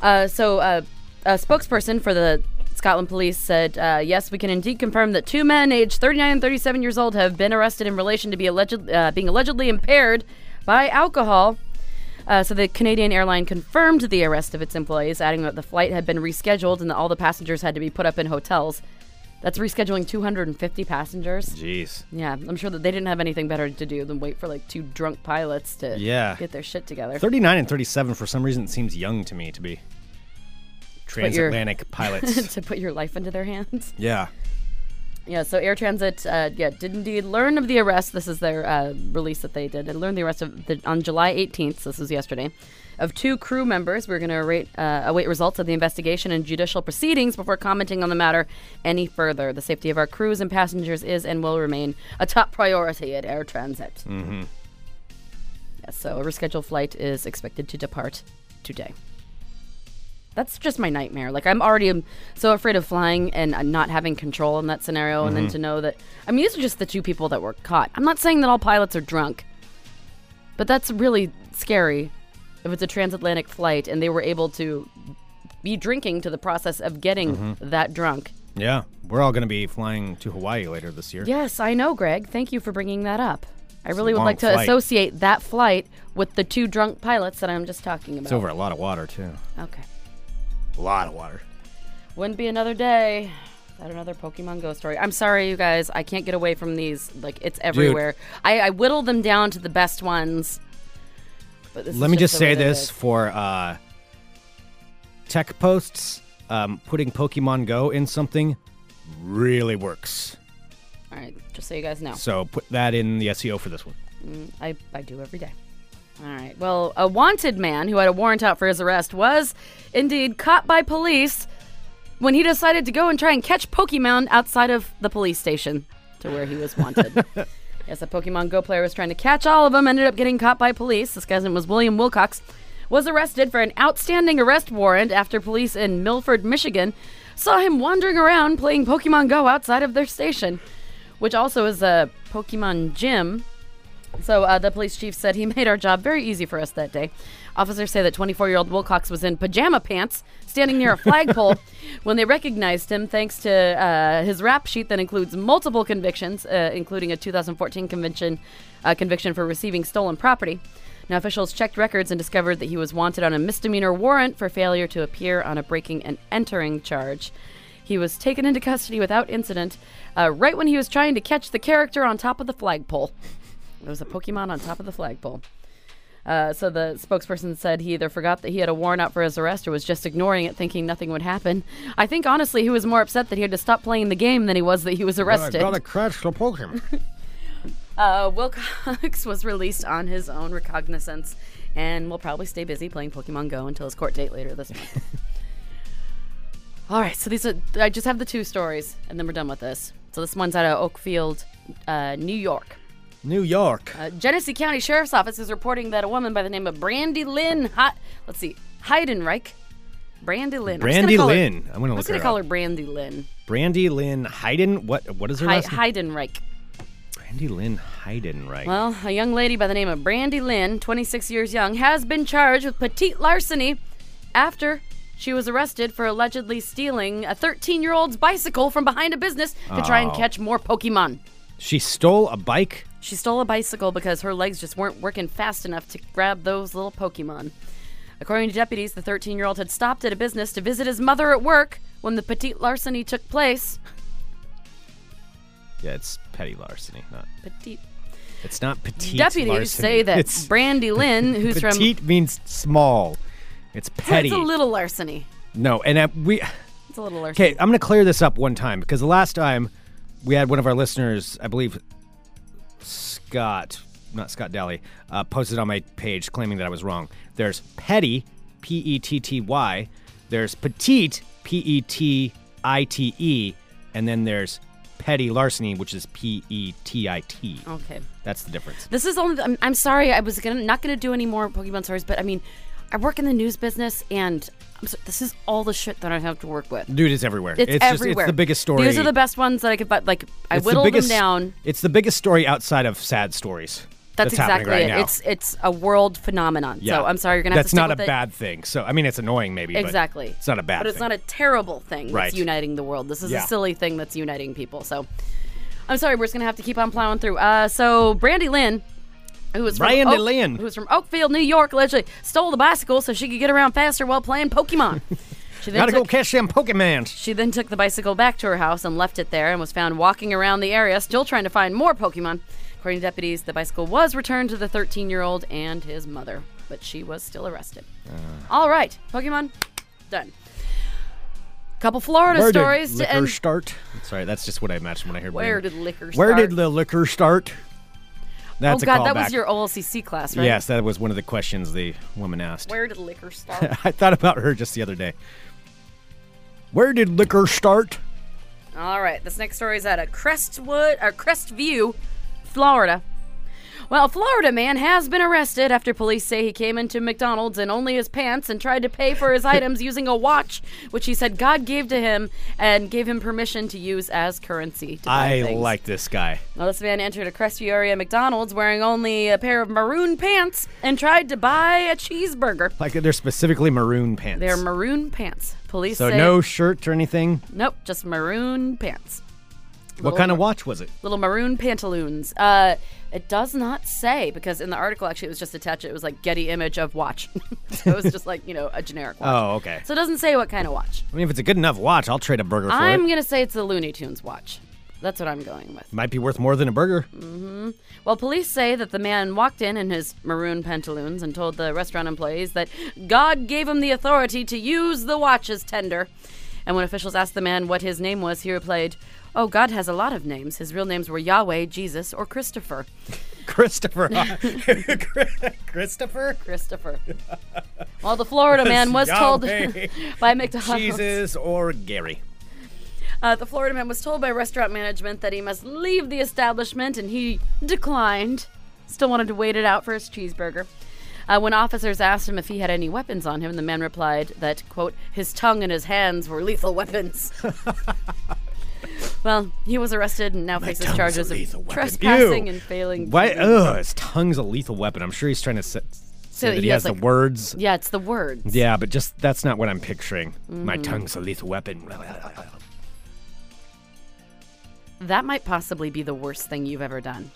F: Uh, so uh, a spokesperson for the Scotland Police said, uh, "Yes, we can indeed confirm that two men, aged 39 and 37 years old, have been arrested in relation to be alleged uh, being allegedly impaired by alcohol." Uh, so the Canadian airline confirmed the arrest of its employees, adding that the flight had been rescheduled and that all the passengers had to be put up in hotels. That's rescheduling 250 passengers.
E: Jeez.
F: Yeah, I'm sure that they didn't have anything better to do than wait for like two drunk pilots to
E: Yeah.
F: get their shit together.
E: 39 and 37 for some reason seems young to me to be
F: you're-
E: transatlantic pilots.
F: to put your life into their hands.
E: yeah.
F: Yeah, so Air Transit, uh, yeah, did indeed learn of the arrest. This is their uh, release that they did. They learned the arrest of the, on July 18th. So this was yesterday, of two crew members. We're going to await, uh, await results of the investigation and judicial proceedings before commenting on the matter any further. The safety of our crews and passengers is and will remain a top priority at Air Transit. Mm-hmm. Yeah, so a rescheduled flight is expected to depart today. That's just my nightmare. Like I'm already um, so afraid of flying and uh, not having control in that scenario, and
E: Mm-hmm.
F: then to know that I mean these are just the two people that were caught. I'm not saying that all pilots are drunk, but that's really scary if it's a transatlantic flight and they were able to be drinking to the process of getting
E: Mm-hmm.
F: that drunk.
E: Yeah. We're all going to be flying to Hawaii later this year.
F: Yes, I know, Greg. Thank you for bringing that up. I really would
E: long
F: like to
E: flight.
F: associate that flight with the two drunk pilots that I'm just talking about.
E: It's over a lot of water, too.
F: Okay.
E: A lot of water.
F: Wouldn't be another day without another Pokemon Go story. I'm sorry, you guys. I can't get away from these. Like it's everywhere. I, I whittle them down to the best ones. But this
E: Let
F: is
E: me just
F: the way
E: say
F: that it
E: this
F: is.
E: for uh, tech posts um, putting Pokemon Go in something really works.
F: All right, just so you guys know,
E: So put that in the SEO for this one.
F: I, I do every day. All right. Well, a wanted man who had a warrant out for his arrest was indeed caught by police when he decided to go and try and catch Pokemon outside of the police station to where he was wanted. yes, a Pokemon Go player was trying to catch all of them, ended up getting caught by police. This guy's name was William Wilcox. Was arrested for an outstanding arrest warrant after police in Milford, Michigan saw him wandering around playing Pokemon Go outside of their station, which also is a Pokemon gym So uh, the police chief said he made our job very easy for us that day. Officers say that 24 year old Wilcox was in pajama pants standing near a flagpole when they recognized him thanks to uh, his rap sheet that includes multiple convictions, uh, including a 2014 convention, uh, conviction for receiving stolen property. Now, officials checked records and discovered that he was wanted on a misdemeanor warrant for failure to appear on a breaking and entering charge. He was taken into custody without incident uh, right when he was trying to catch the character on top of the flagpole. It was a Pokemon on top of the flagpole. Uh, so the spokesperson said he either forgot that he had a warrant out for his arrest or was just ignoring it, thinking nothing would happen. I think honestly, he was more upset that he had to stop playing the game than he was that he was arrested.
E: crash the Pokemon.
F: Uh, Wilcox was released on his own recognizance and will probably stay busy playing Pokemon Go until his court date later this month. All right, so these are, I just have the two stories and then we're done with this. So this one's out of Oakfield, uh, New York.
E: New York.
F: Uh, Genesee County Sheriff's Office is reporting that a woman by the name of Brandy Lynn, Hi- let's see, Heidenreich. Brandy Lynn. I'm just gonna
E: Brandy
F: call her-
E: Lynn. I'm gonna
F: I'm
E: look
F: just going to
E: her
F: call
E: up.
F: her Brandy Lynn.
E: Brandy Lynn Hayden. What what is her
F: Hi-
E: last name?
F: Heidenreich.
E: Brandy Lynn Hayden, right?
F: Well, a young lady by the name of Brandy Lynn, 26 years young, has been charged with petite larceny after she was arrested for allegedly stealing a 13 year old's bicycle from behind a business to try and
E: Oh.
F: catch more Pokemon.
E: she stole a bike.
F: She stole a bicycle because her legs just weren't working fast enough to grab those little Pokemon. According to deputies, the 13 year old had stopped at a business to visit his mother at work when the petite larceny took place.
E: Yeah, it's petty larceny. Not.
F: Petite.
E: It's not petite.
F: Deputies
E: larceny.
F: say that
E: it's
F: Brandy Lynn, who's from.
E: petite means small. It's petty.
F: It's a little larceny.
E: no, and uh, we.
F: It's a little larceny.
E: Okay, I'm going to clear this up one time because the last time we had one of our listeners, I believe Scott, not Scott Daly, uh, posted on my page claiming that I was wrong. There's petty, P E T T Y. There's petite, P E T I T E. And then there's petty larceny, which is P E T I T.
F: Okay.
E: That's the difference.
F: This is only. I'm, I'm sorry. I was gonna not gonna do any more Pokemon stories, but I mean, I work in the news business, and I'm so, this is all the shit that I have to work with.
E: Dude, it's everywhere.
F: It's,
E: Just,
F: everywhere.
E: it's the biggest story.
F: These are the best ones that I could. fi- Like I
E: It's the
F: whittle
E: biggest-
F: them down.
E: It's the biggest story outside of sad stories.
F: That's,
E: happening
F: exactly
E: right
F: it.
E: Now.
F: It's it's a world phenomenon.
E: Yeah.
F: So I'm sorry. You're gonna have
E: That's
F: to. stick
E: not
F: with
E: a
F: it.
E: bad thing. So I mean, it's annoying maybe. but
F: Exactly.
E: it's not a bad.
F: But it's
E: thing.
F: not a terrible thing
E: Right.
F: that's uniting the world. This is
E: Yeah.
F: a silly thing that's uniting people. So I'm sorry, we're just gonna have to keep on plowing through. Uh, so Brandy Lynn, who was from
E: Brandy
F: Oak-
E: Lynn.
F: who was from Oakfield, New York, allegedly stole the bicycle so she could get around faster while playing Pokemon. she then
E: Gotta
F: took,
E: go catch them Pokemans.
F: she then took the bicycle back to her house and left it there and was found walking around the area, still trying to find more Pokemon. According to deputies, the bicycle was returned to the 13 year old and his mother, but she was still arrested. All right, Pokemon, done. Couple Florida stories
E: did
F: to
E: liquor
F: end. Oh
E: start? Sorry, that's just what I imagine when I hear.
F: Where
E: Brandy.
F: did liquor
E: Where
F: start?
E: did the liquor start?
F: Oh,
E: That's a
F: God, that
E: callback.
F: was your OLCC class, right?
E: Yes, that was one of the questions the woman asked.
F: Where did liquor start?
E: I thought about her just the other day. Where did liquor start?
F: All right, this next story is out of Crestwood or Crestview, Florida. Well, a Florida man has been arrested after police say he came into McDonald's in only his pants and tried to pay for his items using a watch, which he said God gave to him and gave him permission to use as currency. To buy
E: I
F: things.
E: like this guy.
F: Now, this man entered a Crestview area McDonald's wearing only a pair of maroon pants and tried to buy a cheeseburger.
E: Like they're specifically maroon pants.
F: They're maroon pants. Police
E: so
F: say
E: no shirt or anything.
F: nope, just maroon pants.
E: What kind of watch was it?
F: little maroon pantaloons. Uh, it does not say because in the article actually it was just attached. It was like Getty image of watch. so it was just like you know a generic watch.
E: Oh, okay.
F: So it doesn't say what kind of watch.
E: I mean, if it's a good enough watch, I'll trade a burger for it.
F: I'm gonna say it's a Looney Tunes watch. That's what I'm going with.
E: Might be worth more than a burger.
F: Well, police say that the man walked in in his maroon pantaloons and told the restaurant employees that God gave him the authority to use the watch as tender. And when officials asked the man what his name was, he replied, Oh, God has a lot of names. His real names were Yahweh, Jesus, or Christopher.
E: Christopher. Christopher?
F: Christopher. well, the Florida man was told
E: Yahweh.
F: by McDonald's.
E: Jesus or Gary.
F: Uh, the Florida man was told by restaurant management that he must leave the establishment, and he declined. Still wanted to wait it out for his cheeseburger. Uh, when officers asked him if he had any weapons on him, the man replied that, quote, his tongue and his hands were lethal weapons. Well, he was arrested and now faces
E: tongue's
F: charges
E: a lethal
F: of
E: weapon.
F: trespassing
E: Ew.
F: and failing.
E: Why? Ugh, his tongue's a lethal weapon. I'm sure he's trying to s- say
F: So
E: that he,
F: he
E: has,
F: has,
E: the
F: like-
E: words.
F: Yeah, it's the words.
E: Yeah, but just that's not what I'm picturing.
F: Mm.
E: My tongue's a lethal weapon.
F: That might possibly be the worst thing you've ever done.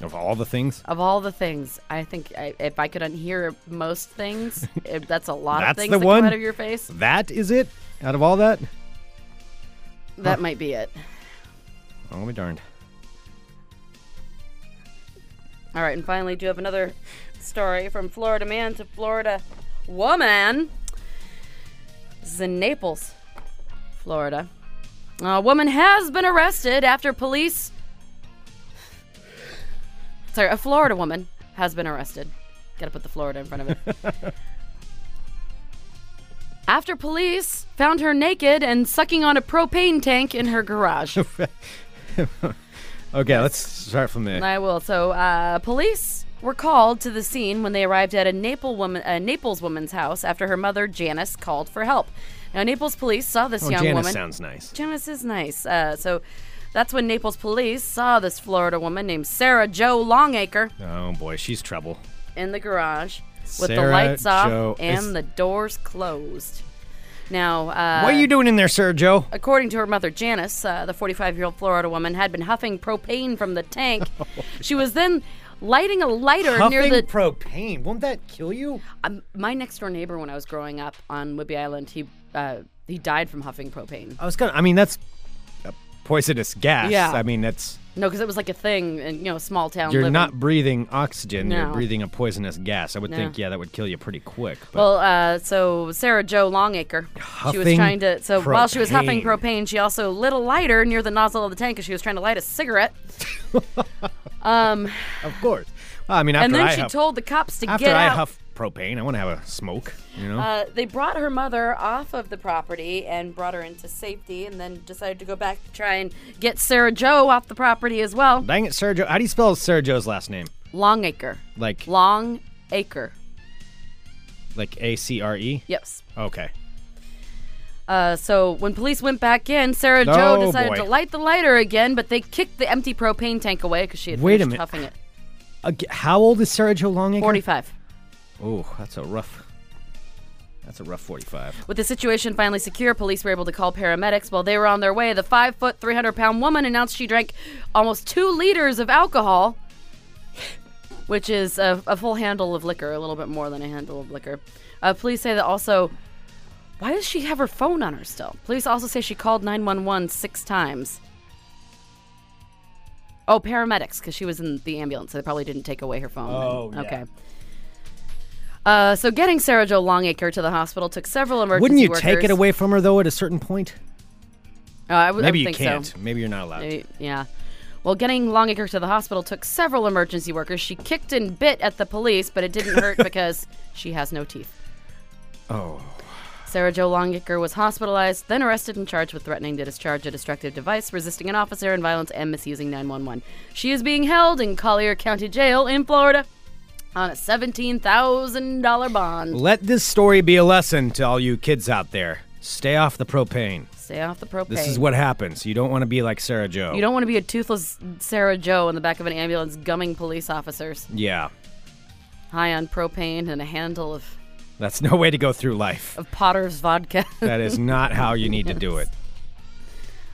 E: Of all the things,
F: Of all the things, I think I, if I could unhear most things, if that's a lot
E: That's
F: of things
E: the
F: that
E: one?
F: come out of your face.
E: that is it. Out of all that,
F: That might be it.
E: I'll be Oh, darned.
F: All right, and finally, do you have another story from Florida man to Florida woman? This is in Naples, Florida. A woman has been arrested after police. Sorry, a Florida woman has been arrested. Gotta put the Florida in front of it. after police found her naked and sucking on a propane tank in her garage.
E: Okay, let's start from there.
F: I will. So, uh, police were called to the scene when they arrived at a Naples woman, a Naples woman's house after her mother Janice called for help. Now, Naples police saw this
E: oh,
F: young
E: Janice
F: woman.
E: sounds nice.
F: Janice is nice. Uh, so, that's when Naples police saw this Florida woman named Sarah Joe Longacre
E: Oh boy, she's trouble.
F: in the garage with the
E: Sarah
F: lights off
E: Jo
F: and
E: is-
F: the doors closed. Now, uh,
E: what are you doing in there, Sir Joe?
F: According to her mother, Janice, uh, the 45 year old Florida woman, had been huffing propane from the tank.
E: Oh,
F: she was then lighting a lighter near the.
E: propane. Won't that kill you?
F: um, my next door neighbor, when I was growing up on Whidbey Island, he uh, he died from huffing propane.
E: I was gonna. I mean, that's a poisonous gas.
F: Yeah.
E: I mean, that's
F: No, because it was like a thing in you know small town.
E: you're
F: living.
E: not breathing oxygen. You're
F: No.
E: breathing a poisonous gas. I would
F: No.
E: think, yeah, that would kill you pretty quick. But
F: Well, uh, so Sarah Joe Longacre, she was
E: Huffing
F: trying to. So while she was huffing
E: propane.
F: propane, she also lit a lighter near the nozzle of the tank because she was trying to light a cigarette.
E: of course. Well, I mean, after
F: and then
E: I
F: she
E: huff,
F: told the cops to
E: after
F: get
E: I
F: out.
E: huff propane, I want to have a smoke. You know,
F: Uh, they brought her mother off of the property and brought her into safety, and then decided to go back to try and get Sarah Joe off the property as well.
E: dang it, Sergio. How do you spell Sergio's last name?
F: Longacre,
E: Like
F: Long Acre.
E: like A C R E.
F: Yes.
E: Okay.
F: Uh, so when police went back in, Sarah Joe
E: Oh,
F: decided
E: boy.
F: to light the lighter again, but they kicked the empty propane tank away because she had
E: Wait a
F: finished
E: minute.
F: huffing it.
E: Ag- How old is Sergio Longacre?
F: Forty-five.
E: Oh, that's a rough. That's a rough forty-five.
F: With the situation finally secure, police were able to call paramedics. While they were on their way, the five foot, 300 pound woman announced she drank almost two liters of alcohol, which is a, a full handle of liquor, a little bit more than a handle of liquor. Uh, police say that also, why does she have her phone on her still? Police also say she called 911 six times. Oh, paramedics, because she was in the ambulance, so they probably didn't take away her phone.
E: Oh, yeah.
F: Okay. Uh, so getting Sarah Jo Longacre to the hospital took several emergency
E: Wouldn't you
F: workers.
E: take it away from her though at a certain point?
F: Uh, I w- I would
E: Maybe you
F: think
E: can't.
F: So.
E: Maybe you're not allowed.
F: Maybe- yeah. Well, getting Longacre to the hospital took several emergency workers. She kicked and bit at the police, but it didn't hurt because she has no teeth.
E: Oh.
F: Sarah Jo Longacre was hospitalized, then arrested and charged with threatening to discharge a destructive device, resisting an officer, and violence and misusing 911. She is being held in Collier County Jail in Florida on a $17,000 bond.
E: Let this story be a lesson to all you kids out there. Stay off the propane.
F: Stay off the propane.
E: This is what happens. You don't want to be like Sarah Joe.
F: You don't want to be a toothless Sarah Joe in the back of an ambulance gumming police officers.
E: Yeah.
F: high on propane and a handle of,
E: That's no way to go through life.
F: of Potter's vodka.
E: That is not how you need to do it.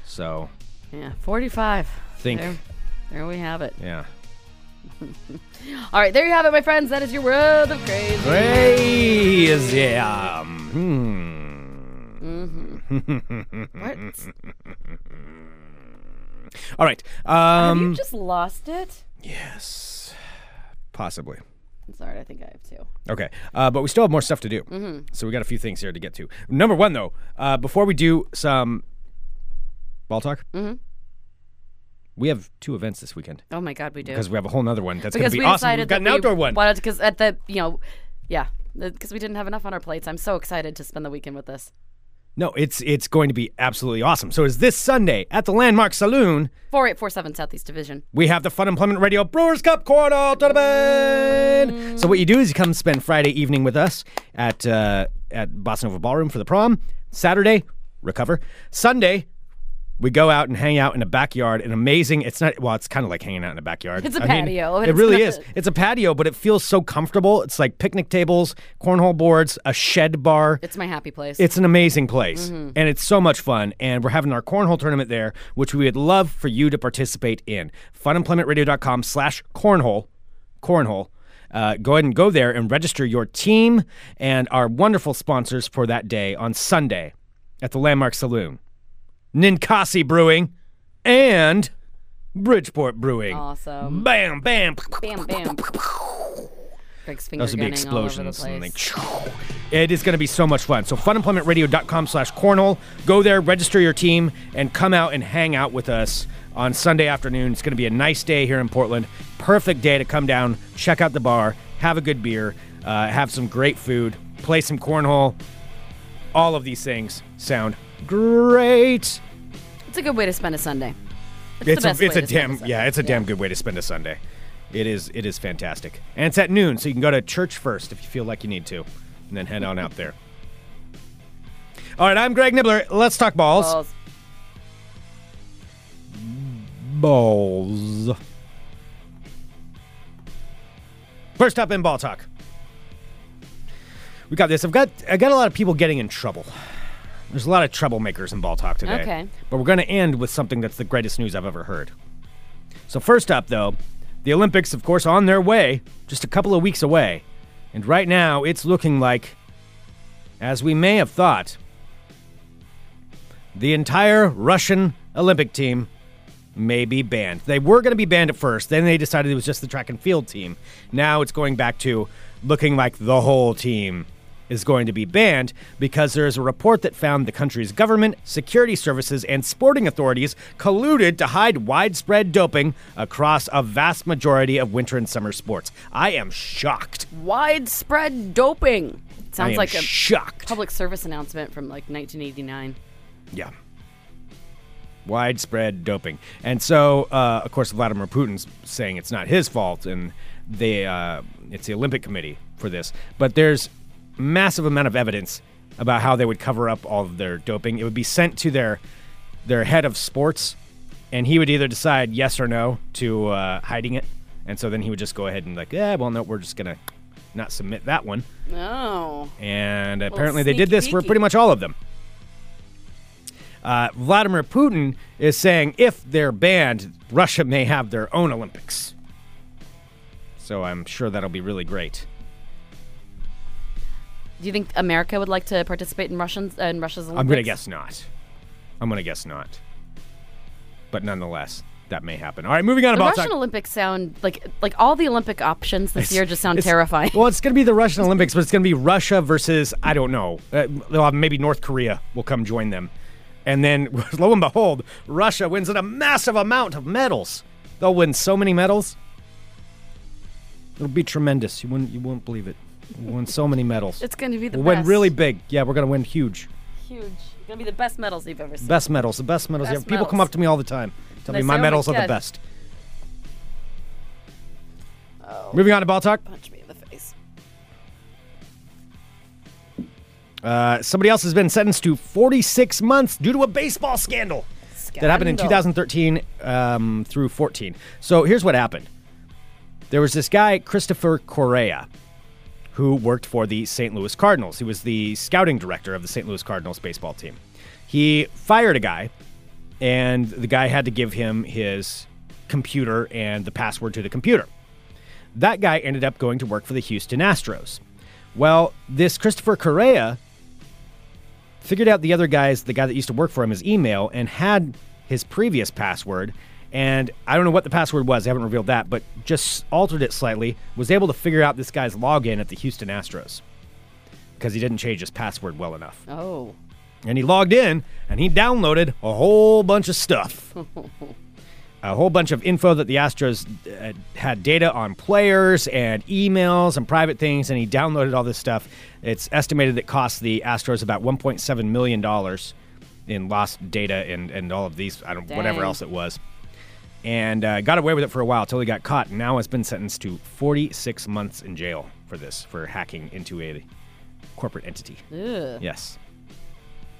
E: So,
F: yeah, 45.
E: think.
F: There, there we have it.
E: Yeah.
F: All right, there you have it, my friends. That is your world of crazy.
E: Crazy. um, hmm.
F: What?
E: All right.
F: Have
E: Um,
F: you just lost it?
E: yes. Possibly.
F: I'm sorry, I think I have two.
E: Okay, uh, but we still have more stuff to do.
F: Mm-hmm.
E: So we got a few things here to get to. Number one, though, uh, before we do some ball talk,
F: Mm-hmm.
E: we have two events this weekend
F: Oh my God, we do.
E: because we have a whole nother one that's going to
F: Because
E: be
F: we
E: awesome.
F: decided
E: We've got
F: that
E: an outdoor
F: we
E: one.
F: Wanted because at the you know, yeah, because we didn't have enough on our plates. I'm so excited to spend the weekend with this.
E: No, it's it's going to be absolutely awesome. So it's this Sunday at the Landmark Saloon.
F: Four eight four seven Southeast Division.
E: We have the Fun Employment Radio Brewers Cup Quarter Tournament. So what you do is you come spend Friday evening with us at uh, at Bossa Nova Ballroom for the prom. Saturday, recover. Sunday, We go out and hang out in a backyard, an amazing. It's not well. It's kind of like hanging out in a backyard.
F: It's a
E: I mean,
F: patio, and
E: it
F: it's
E: really
F: not-
E: is. It's a patio, but it feels so comfortable. It's like picnic tables, cornhole boards, a shed bar.
F: It's my happy place.
E: It's an amazing place, and it's so much fun. And we're having our cornhole tournament there, which we would love for you to participate in. Funemploymentradio.com slash cornhole, cornhole. Uh, go ahead and go there and register your team and our wonderful sponsors for that day on Sunday at the Landmark Saloon, Ninkasi Brewing, and Bridgeport Brewing.
F: awesome.
E: Bam, bam.
F: Bam, bam. Greg's finger
E: Those would be
F: gunning
E: explosions.
F: all over
E: and
F: the
E: like,
F: place.
E: it is going to be so much fun. So funemploymentradio.com slash cornhole. Go there, register your team, and come out and hang out with us on Sunday afternoon. It's going to be a nice day here in Portland. Perfect day to come down, check out the bar, have a good beer, uh, have some great food, play some cornhole. All of these things sound great.
F: It's a good way to spend a Sunday.
E: It's,
F: the best
E: a, it's
F: way
E: a
F: to spend
E: damn
F: a Sunday.
E: yeah, it's a damn
F: Yeah.
E: good way to spend a Sunday. It is it is fantastic, and it's at noon, so you can go to church first if you feel like you need to, and then head on out there. All right, I'm Greg Nibbler. Let's talk balls.
F: Balls.
E: Balls. First up in ball talk, we got this. I've got I got a lot of people getting in trouble. There's a lot of troublemakers in ball talk today.
F: Okay.
E: But we're going to end with something that's the greatest news I've ever heard. So, first up, though, the Olympics, of course, on their way, just a couple of weeks away. And right now, it's looking like, as we may have thought, the entire Russian Olympic team may be banned. They were going to be banned at first, then they decided it was just the track and field team. Now it's going back to looking like the whole team is going to be banned because there is a report that found the country's government, security services, and sporting authorities colluded to hide widespread doping across a vast majority of winter and summer sports. I am shocked.
F: Widespread doping.
E: I
F: Sounds
E: am
F: like a
E: shocked.
F: public service announcement from like 1989.
E: Yeah. Widespread doping. And so, uh, of course, Vladimir Putin's saying it's not his fault, and they, uh, it's the Olympic Committee for this. But there's massive amount of evidence about how they would cover up all of their doping. It would be sent to their their head of sports, and he would either decide yes or no to uh, hiding it, and so then he would just go ahead and like, yeah, well, no, we're just gonna not submit that one.
F: No.
E: And apparently they did
F: sneaky
E: this for
F: peeky.
E: pretty much all of them. Uh, Vladimir Putin is saying if they're banned, Russia may have their own Olympics. So I'm sure that'll be really great.
F: Do you think America would like to participate in Russians uh, in Russia's Olympics?
E: I'm going to guess not. I'm going to guess not. But nonetheless, that may happen. All right, moving on
F: The
E: about
F: Russian Olympics sound like like all the Olympic options this year just sound
E: It's-
F: terrifying.
E: Well, it's going to be the Russian Olympics, but it's going to be Russia versus I don't know. Uh, they'll have- maybe North Korea will come join them, and then lo and behold, Russia wins a massive amount of medals. They'll win so many medals. It'll be tremendous. You wouldn't you won't believe it. We'll win so many medals.
F: It's going to be the
E: we'll win
F: best.
E: really big. Yeah, we're going to win huge.
F: huge. Going to be the best medals you've ever seen.
E: Best medals, the best medals.
F: Best
E: yeah, people come
F: medals.
E: up to me all the time. Tell
F: They
E: me
F: say,
E: my
F: "Oh my
E: medals are the
F: God."
E: best. Moving on to ball talk.
F: Punch me in the face.
E: Uh, somebody else has been sentenced to 46 months due to a baseball scandal, that happened in
F: Scandal.
E: 2013 um, through 14. So here's what happened there was this guy, Christopher Correa, who worked for the St. Louis Cardinals. He was the scouting director of the St. Louis Cardinals baseball team. He fired a guy, and the guy had to give him his computer and the password to the computer. That guy ended up going to work for the Houston Astros. Well, this Christopher Correa figured out the other guy's, the guy that used to work for him, his email, and had his previous password. And I don't know what the password was. They haven't revealed that, but just altered it slightly. Was able to figure out this guy's login at the Houston Astros because he didn't change his password well enough.
F: Oh.
E: And he logged in and he downloaded a whole bunch of stuff. a whole bunch of info that the Astros uh, had data on players and emails and private things. And he downloaded all this stuff. It's estimated that cost the Astros about $1.7 million in lost data and, and all of these, I don't, whatever
F: Dang.
E: else it was. And uh, got away with it for a while until he got caught. And now has been sentenced to 46 months in jail for this, for hacking into a corporate entity.
F: Ugh. Mm-hmm.
E: Yes.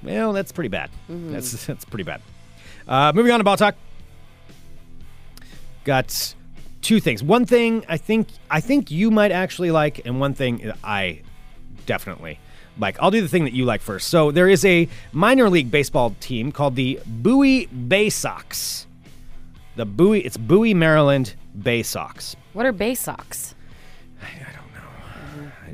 E: Well, that's pretty bad. That's that's pretty bad. Uh, moving on to ball talk. Got two things. One thing I think I think you might actually like, and one thing I definitely like. I'll do the thing that you like first. So there is a minor league baseball team called the Bowie Bay Sox. The Bowie, it's Bowie, Maryland Bay Sox.
F: What are bay socks?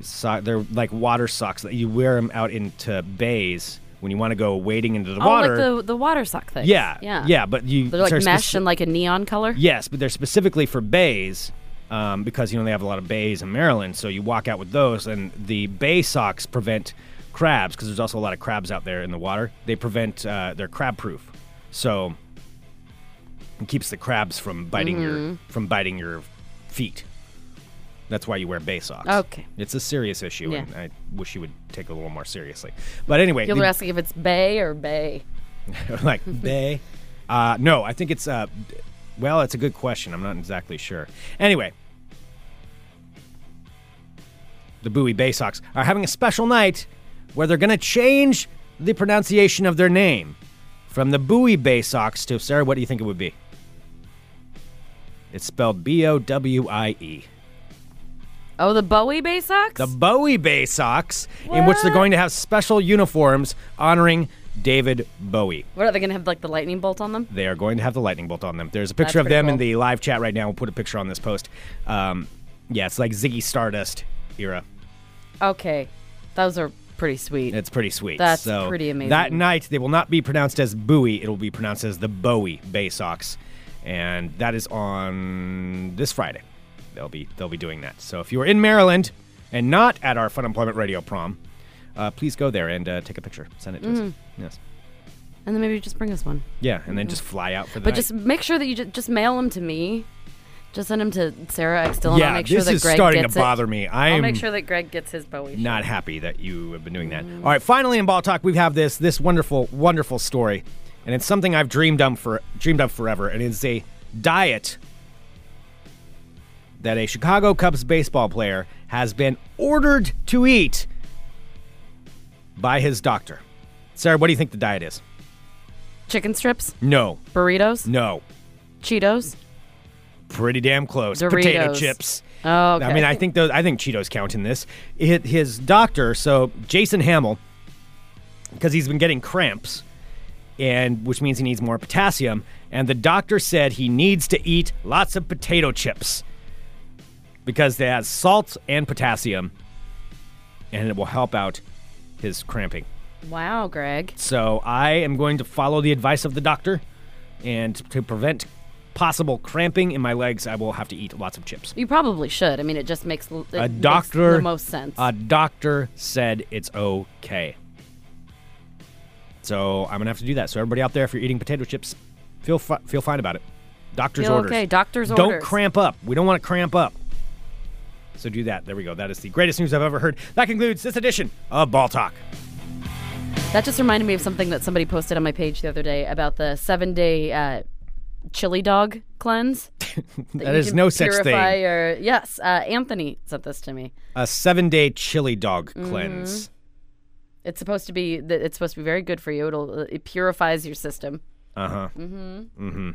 E: so- they're like water socks that you wear them out into bays when you want to go wading into the water.
F: Oh, like the, the water sock thing.
E: yeah,
F: Yeah.
E: yeah, but you
F: They're like
E: they're
F: mesh
E: speci-
F: and like a neon color.
E: yes, but they're specifically for bays um, because you know they have a lot of bays in Maryland, so you walk out with those, and the bay socks prevent crabs because there's also a lot of crabs out there in the water. They prevent uh, they're crab proof, so it keeps the crabs from biting
F: Mm-hmm.
E: your from biting your feet. That's why you wear bay socks.
F: Okay.
E: It's a serious issue,
F: Yeah.
E: and I wish you would take it a little more seriously. But anyway,
F: You'll
E: the-
F: be asking if it's bay or bay.
E: like bay. Uh, no, I think it's. Uh, well, it's a good question. I'm not exactly sure. Anyway, the Bowie Bay Sox are having a special night where they're going to change the pronunciation of their name from the Bowie Bay Sox to Sarah. What do you think it would be? It's spelled B O W I E.
F: Oh, the Bowie bay socks?
E: the Bowie Bay Sox, in which they're going to have special uniforms honoring David Bowie.
F: what are they going to have like the lightning bolt on them?
E: They are going to have the lightning bolt on them. There's a picture
F: That's
E: of them
F: pretty
E: in
F: cool.
E: the live chat right now. We'll put a picture on this post. Um, yeah, it's like Ziggy Stardust era.
F: Okay. Those are pretty sweet.
E: It's pretty sweet.
F: That's
E: so
F: pretty amazing.
E: That night, they will not be pronounced as Bowie. It'll be pronounced as the Bowie Bay Sox, and that is on this Friday. They'll be they'll be doing that. So if you are in Maryland and not at our Fun Employment Radio prom, uh, please go there and uh, take a picture. Send it to us.
F: Mm-hmm.
E: Yes.
F: and then maybe just bring us one.
E: Yeah, and then just fly out for the
F: Mm-hmm. But
E: night.
F: just make sure that you just, just mail them to me. Just send them to Sarah X Dillon.
E: yeah,
F: I'll make sure
E: this
F: that
E: is
F: Greg
E: starting to
F: gets
E: bother
F: it.
E: me. I
F: I'll
E: am
F: make sure that Greg gets his Bowie.
E: not happy that you have been doing that. All right, finally in ball talk, we have this this wonderful, wonderful story, and it's something I've dreamed of for dreamed of forever, and it's a diet that a Chicago Cubs baseball player has been ordered to eat by his doctor. Sarah, what do you think the diet is?
F: Chicken strips,
E: No,
F: burritos,
E: no,
F: Cheetos.
E: pretty damn close. Potato
F: Doritos.
E: chips.
F: Oh, okay.
E: I mean, I think those, I think Cheetos count in this. Hi- His doctor, so Jason Hamill, because he's been getting cramps, and which means he needs more potassium. And the doctor said he needs to eat lots of potato chips because they have salt and potassium, and it will help out his cramping.
F: Wow, Greg.
E: So I am going to follow the advice of the doctor, and to prevent possible cramping in my legs, I will have to eat lots of chips.
F: You probably should. I mean, it just makes l- it
E: a
F: makes
E: doctor
F: the most sense.
E: A doctor said it's okay. So I'm gonna have to do that. So everybody out there, if you're eating potato chips, feel fi- feel fine about it. Doctor's
F: Feel
E: orders.
F: okay. Doctor's
E: Don't
F: orders.
E: cramp up. We don't want to cramp up. So do that. There we go. That is the greatest news I've ever heard. That concludes this edition of Ball Talk.
F: That just reminded me of something that somebody posted on my page the other day about the seven day uh, chili dog cleanse.
E: That is no such
F: Purify
E: thing.
F: Your, yes, uh, Anthony sent this to me.
E: A seven-day chili dog
F: Mm-hmm.
E: cleanse.
F: It's supposed to be that it's supposed to be very good for you. It'll uh, it purifies your system.
E: Uh huh. Mm-hmm. Mm-hmm.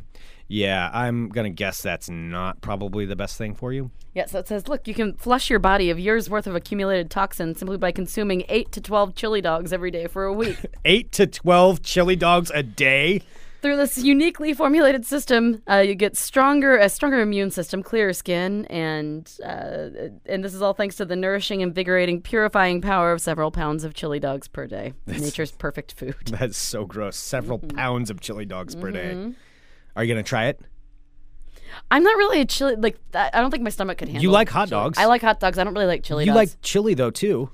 E: Yeah, I'm gonna guess that's not probably the best thing for you.
F: Yeah, so it says, look, you can flush your body of years worth of accumulated toxins simply by consuming eight to twelve chili dogs every day for a week.
E: Eight to twelve chili dogs a day.
F: Through this uniquely formulated system, uh, you get stronger, a stronger immune system, clearer skin, and uh, and this is all thanks to the nourishing, invigorating, purifying power of several pounds of chili dogs per day. Nature's perfect food.
E: That's so gross. Several
F: Mm-hmm.
E: pounds of chili dogs per day. Are you gonna try it?
F: I'm not really a chili like I I don't think my stomach could handle.
E: You like hot
F: chili.
E: dogs?
F: I like hot dogs. I don't really like chili
E: You
F: dogs.
E: like chili though too.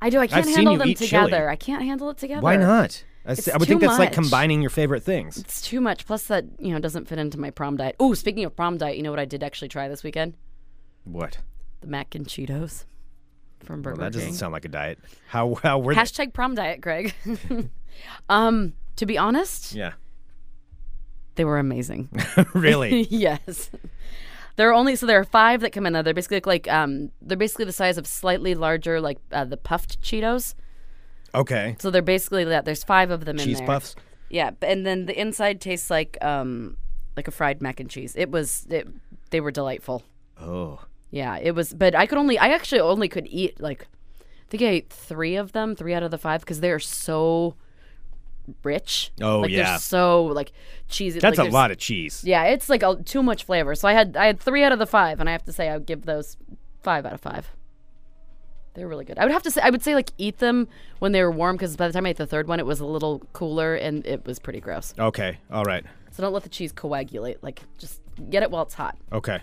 F: I do. I can't
E: seen
F: handle
E: you
F: them
E: eat
F: together.
E: chili.
F: I can't handle it together.
E: Why not? I, s-
F: It's
E: I would think
F: too
E: that's like
F: much.
E: combining your favorite things.
F: It's too much. Plus, that you know doesn't fit into my prom diet. Oh, speaking of prom diet, you know what I did actually try this weekend?
E: What?
F: The mac and Cheetos from Burger
E: That doesn't
F: King.
E: sound like a diet. How how were they?
F: Hashtag prom diet, Greg. um, to be honest,
E: Yeah.
F: they were amazing.
E: really?
F: yes. There are only so there are five that come in there. They're basically like um they're basically the size of slightly larger like uh, the puffed Cheetos.
E: Okay.
F: So they're basically that. There's five of them in
E: Cheese
F: there.
E: puffs.
F: Yeah, b- and then the inside tastes like um like a fried mac and cheese. It was it, they were delightful.
E: Oh.
F: Yeah, it was but I could only I actually only could eat like I think I ate 3 of them, 3 out of the 5 cuz they're so rich.
E: Oh,
F: like,
E: yeah.
F: They're so like cheesy.
E: That's
F: like,
E: a
F: there's-
E: lot of cheese.
F: Yeah, it's like a, too much flavor. So I had I had 3 out of the 5 and I have to say I would give those 5 out of 5. They're really good. I would have to say I would say like eat them when they were warm cuz by the time I ate the third one it was a little cooler and it was pretty gross.
E: Okay. All right.
F: So don't let the cheese coagulate. Like, just get it while it's hot.
E: Okay.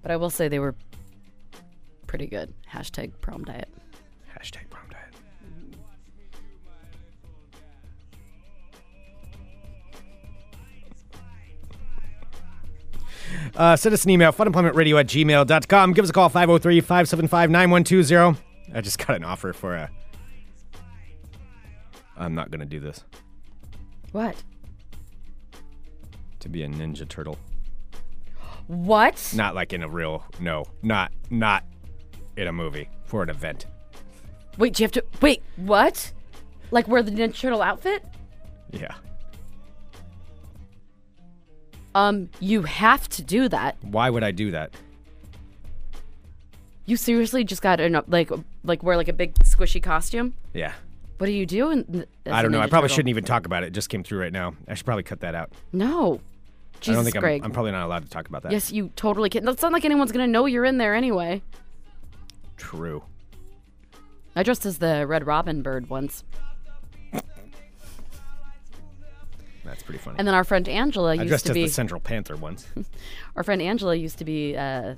F: But I will say they were pretty good. Hashtag prom diet.
E: Hashtag prom diet. Uh, send us an email, funemploymentradio at gmail.com. Give us a call, 503 575 9120. I just got an offer for a. I'm not going to do this.
F: What?
E: To be a Ninja Turtle.
F: What?
E: Not like in a real. No. Not. Not in a movie. For an event.
F: Wait, do you have to. Wait, what? Like, wear the Ninja Turtle outfit?
E: Yeah.
F: Um, you have to do that.
E: Why would I do that?
F: You seriously just got an like like wear like a big squishy costume.
E: Yeah.
F: What do you do? in- as
E: I
F: a
E: don't know. I
F: Ninja
E: probably
F: Turtle?
E: shouldn't even talk about it. It just came through right now. I should probably cut that out.
F: No.
E: I
F: Jesus,
E: don't think I'm-
F: Greg.
E: I'm, probably not allowed to talk about that.
F: yes, you totally can. That's not like anyone's gonna know you're in there anyway.
E: True.
F: I dressed as the Red Robin bird once.
E: That's pretty funny.
F: And then our friend Angela
E: I
F: used
E: dressed
F: to
E: as
F: be
E: the Central Panther once.
F: our friend Angela used to be uh,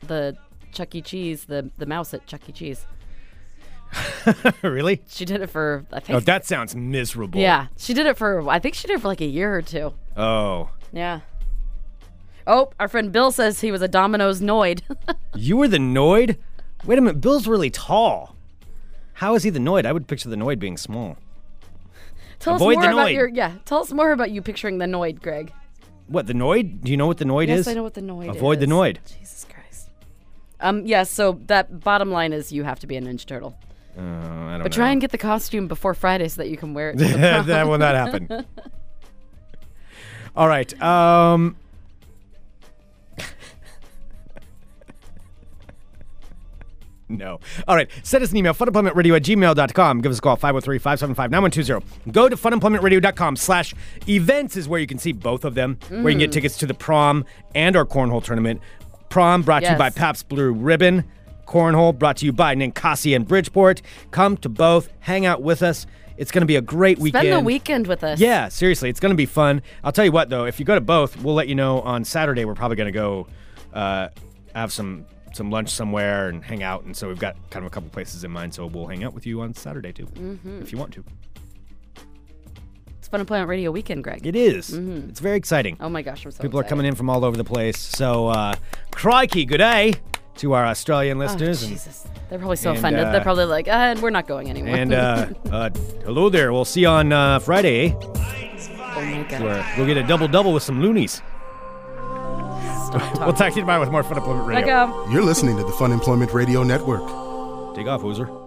F: the Chuck E. Cheese, the the mouse at Chuck E. Cheese.
E: really?
F: She did it for I think
E: Oh, that sounds miserable.
F: yeah, she did it for I think she did it for like a year or two.
E: Oh,
F: Yeah. Oh, our friend Bill says he was a Domino's Noid.
E: you were the Noid. Wait a minute. Bill's really tall. How is he the Noid? I would picture the Noid being small.
F: tell
E: Avoid
F: us
E: the
F: more about
E: Noid.
F: your yeah. Tell us more about you picturing the Noid, Greg.
E: What the Noid? Do you know what the Noid
F: yes,
E: is?
F: I know what the Noid is.
E: Avoid the Noid.
F: Jesus Christ. Um. Yeah. So that bottom line is you have to be a Ninja Turtle,
E: Uh, I don't
F: but
E: know.
F: try and get the costume before Friday so that you can wear it. To the prom.
E: that will not happen. All right. Um, no. All right. Send us an email, funemploymentradio at gmail.com. Give us a call, 503-575-9120. Go to funemploymentradio.com slash events is where you can see both of them, where you can get tickets to the prom and our cornhole tournament. Prom brought to you by
F: Yes.
E: Paps Blue Ribbon. Cornhole brought to you by Ninkasi and Bridgeport. Come to both, hang out with us. It's going to be a great weekend.
F: Spend the weekend with us.
E: Yeah, seriously, it's going to be fun. I'll tell you what, though, if you go to both, we'll let you know on Saturday. We're probably going to go uh, have some some lunch somewhere and hang out. And so we've got kind of a couple places in mind. So we'll hang out with you on Saturday too,
F: Mm-hmm.
E: if you want to.
F: It's fun to play on radio weekend, Greg.
E: It is. It's very exciting.
F: Oh my gosh, I'm so
E: People are coming in from all over the place. So, uh, crikey, good day to our Australian listeners. and-
F: Oh, Jesus, they're probably so
E: and,
F: offended.
E: uh,
F: they're probably like, uh, and we're not going anywhere.
E: and uh, uh, hello there. We'll see you on uh, Friday. eh?
F: oh my god,
E: Where we'll get a double double with some loonies.
F: stop
E: We'll
F: talking.
E: talk to you tomorrow with more Fun Employment Radio.
F: Let go.
A: You're listening to the Fun Employment Radio Network.
E: Take off, Hooser.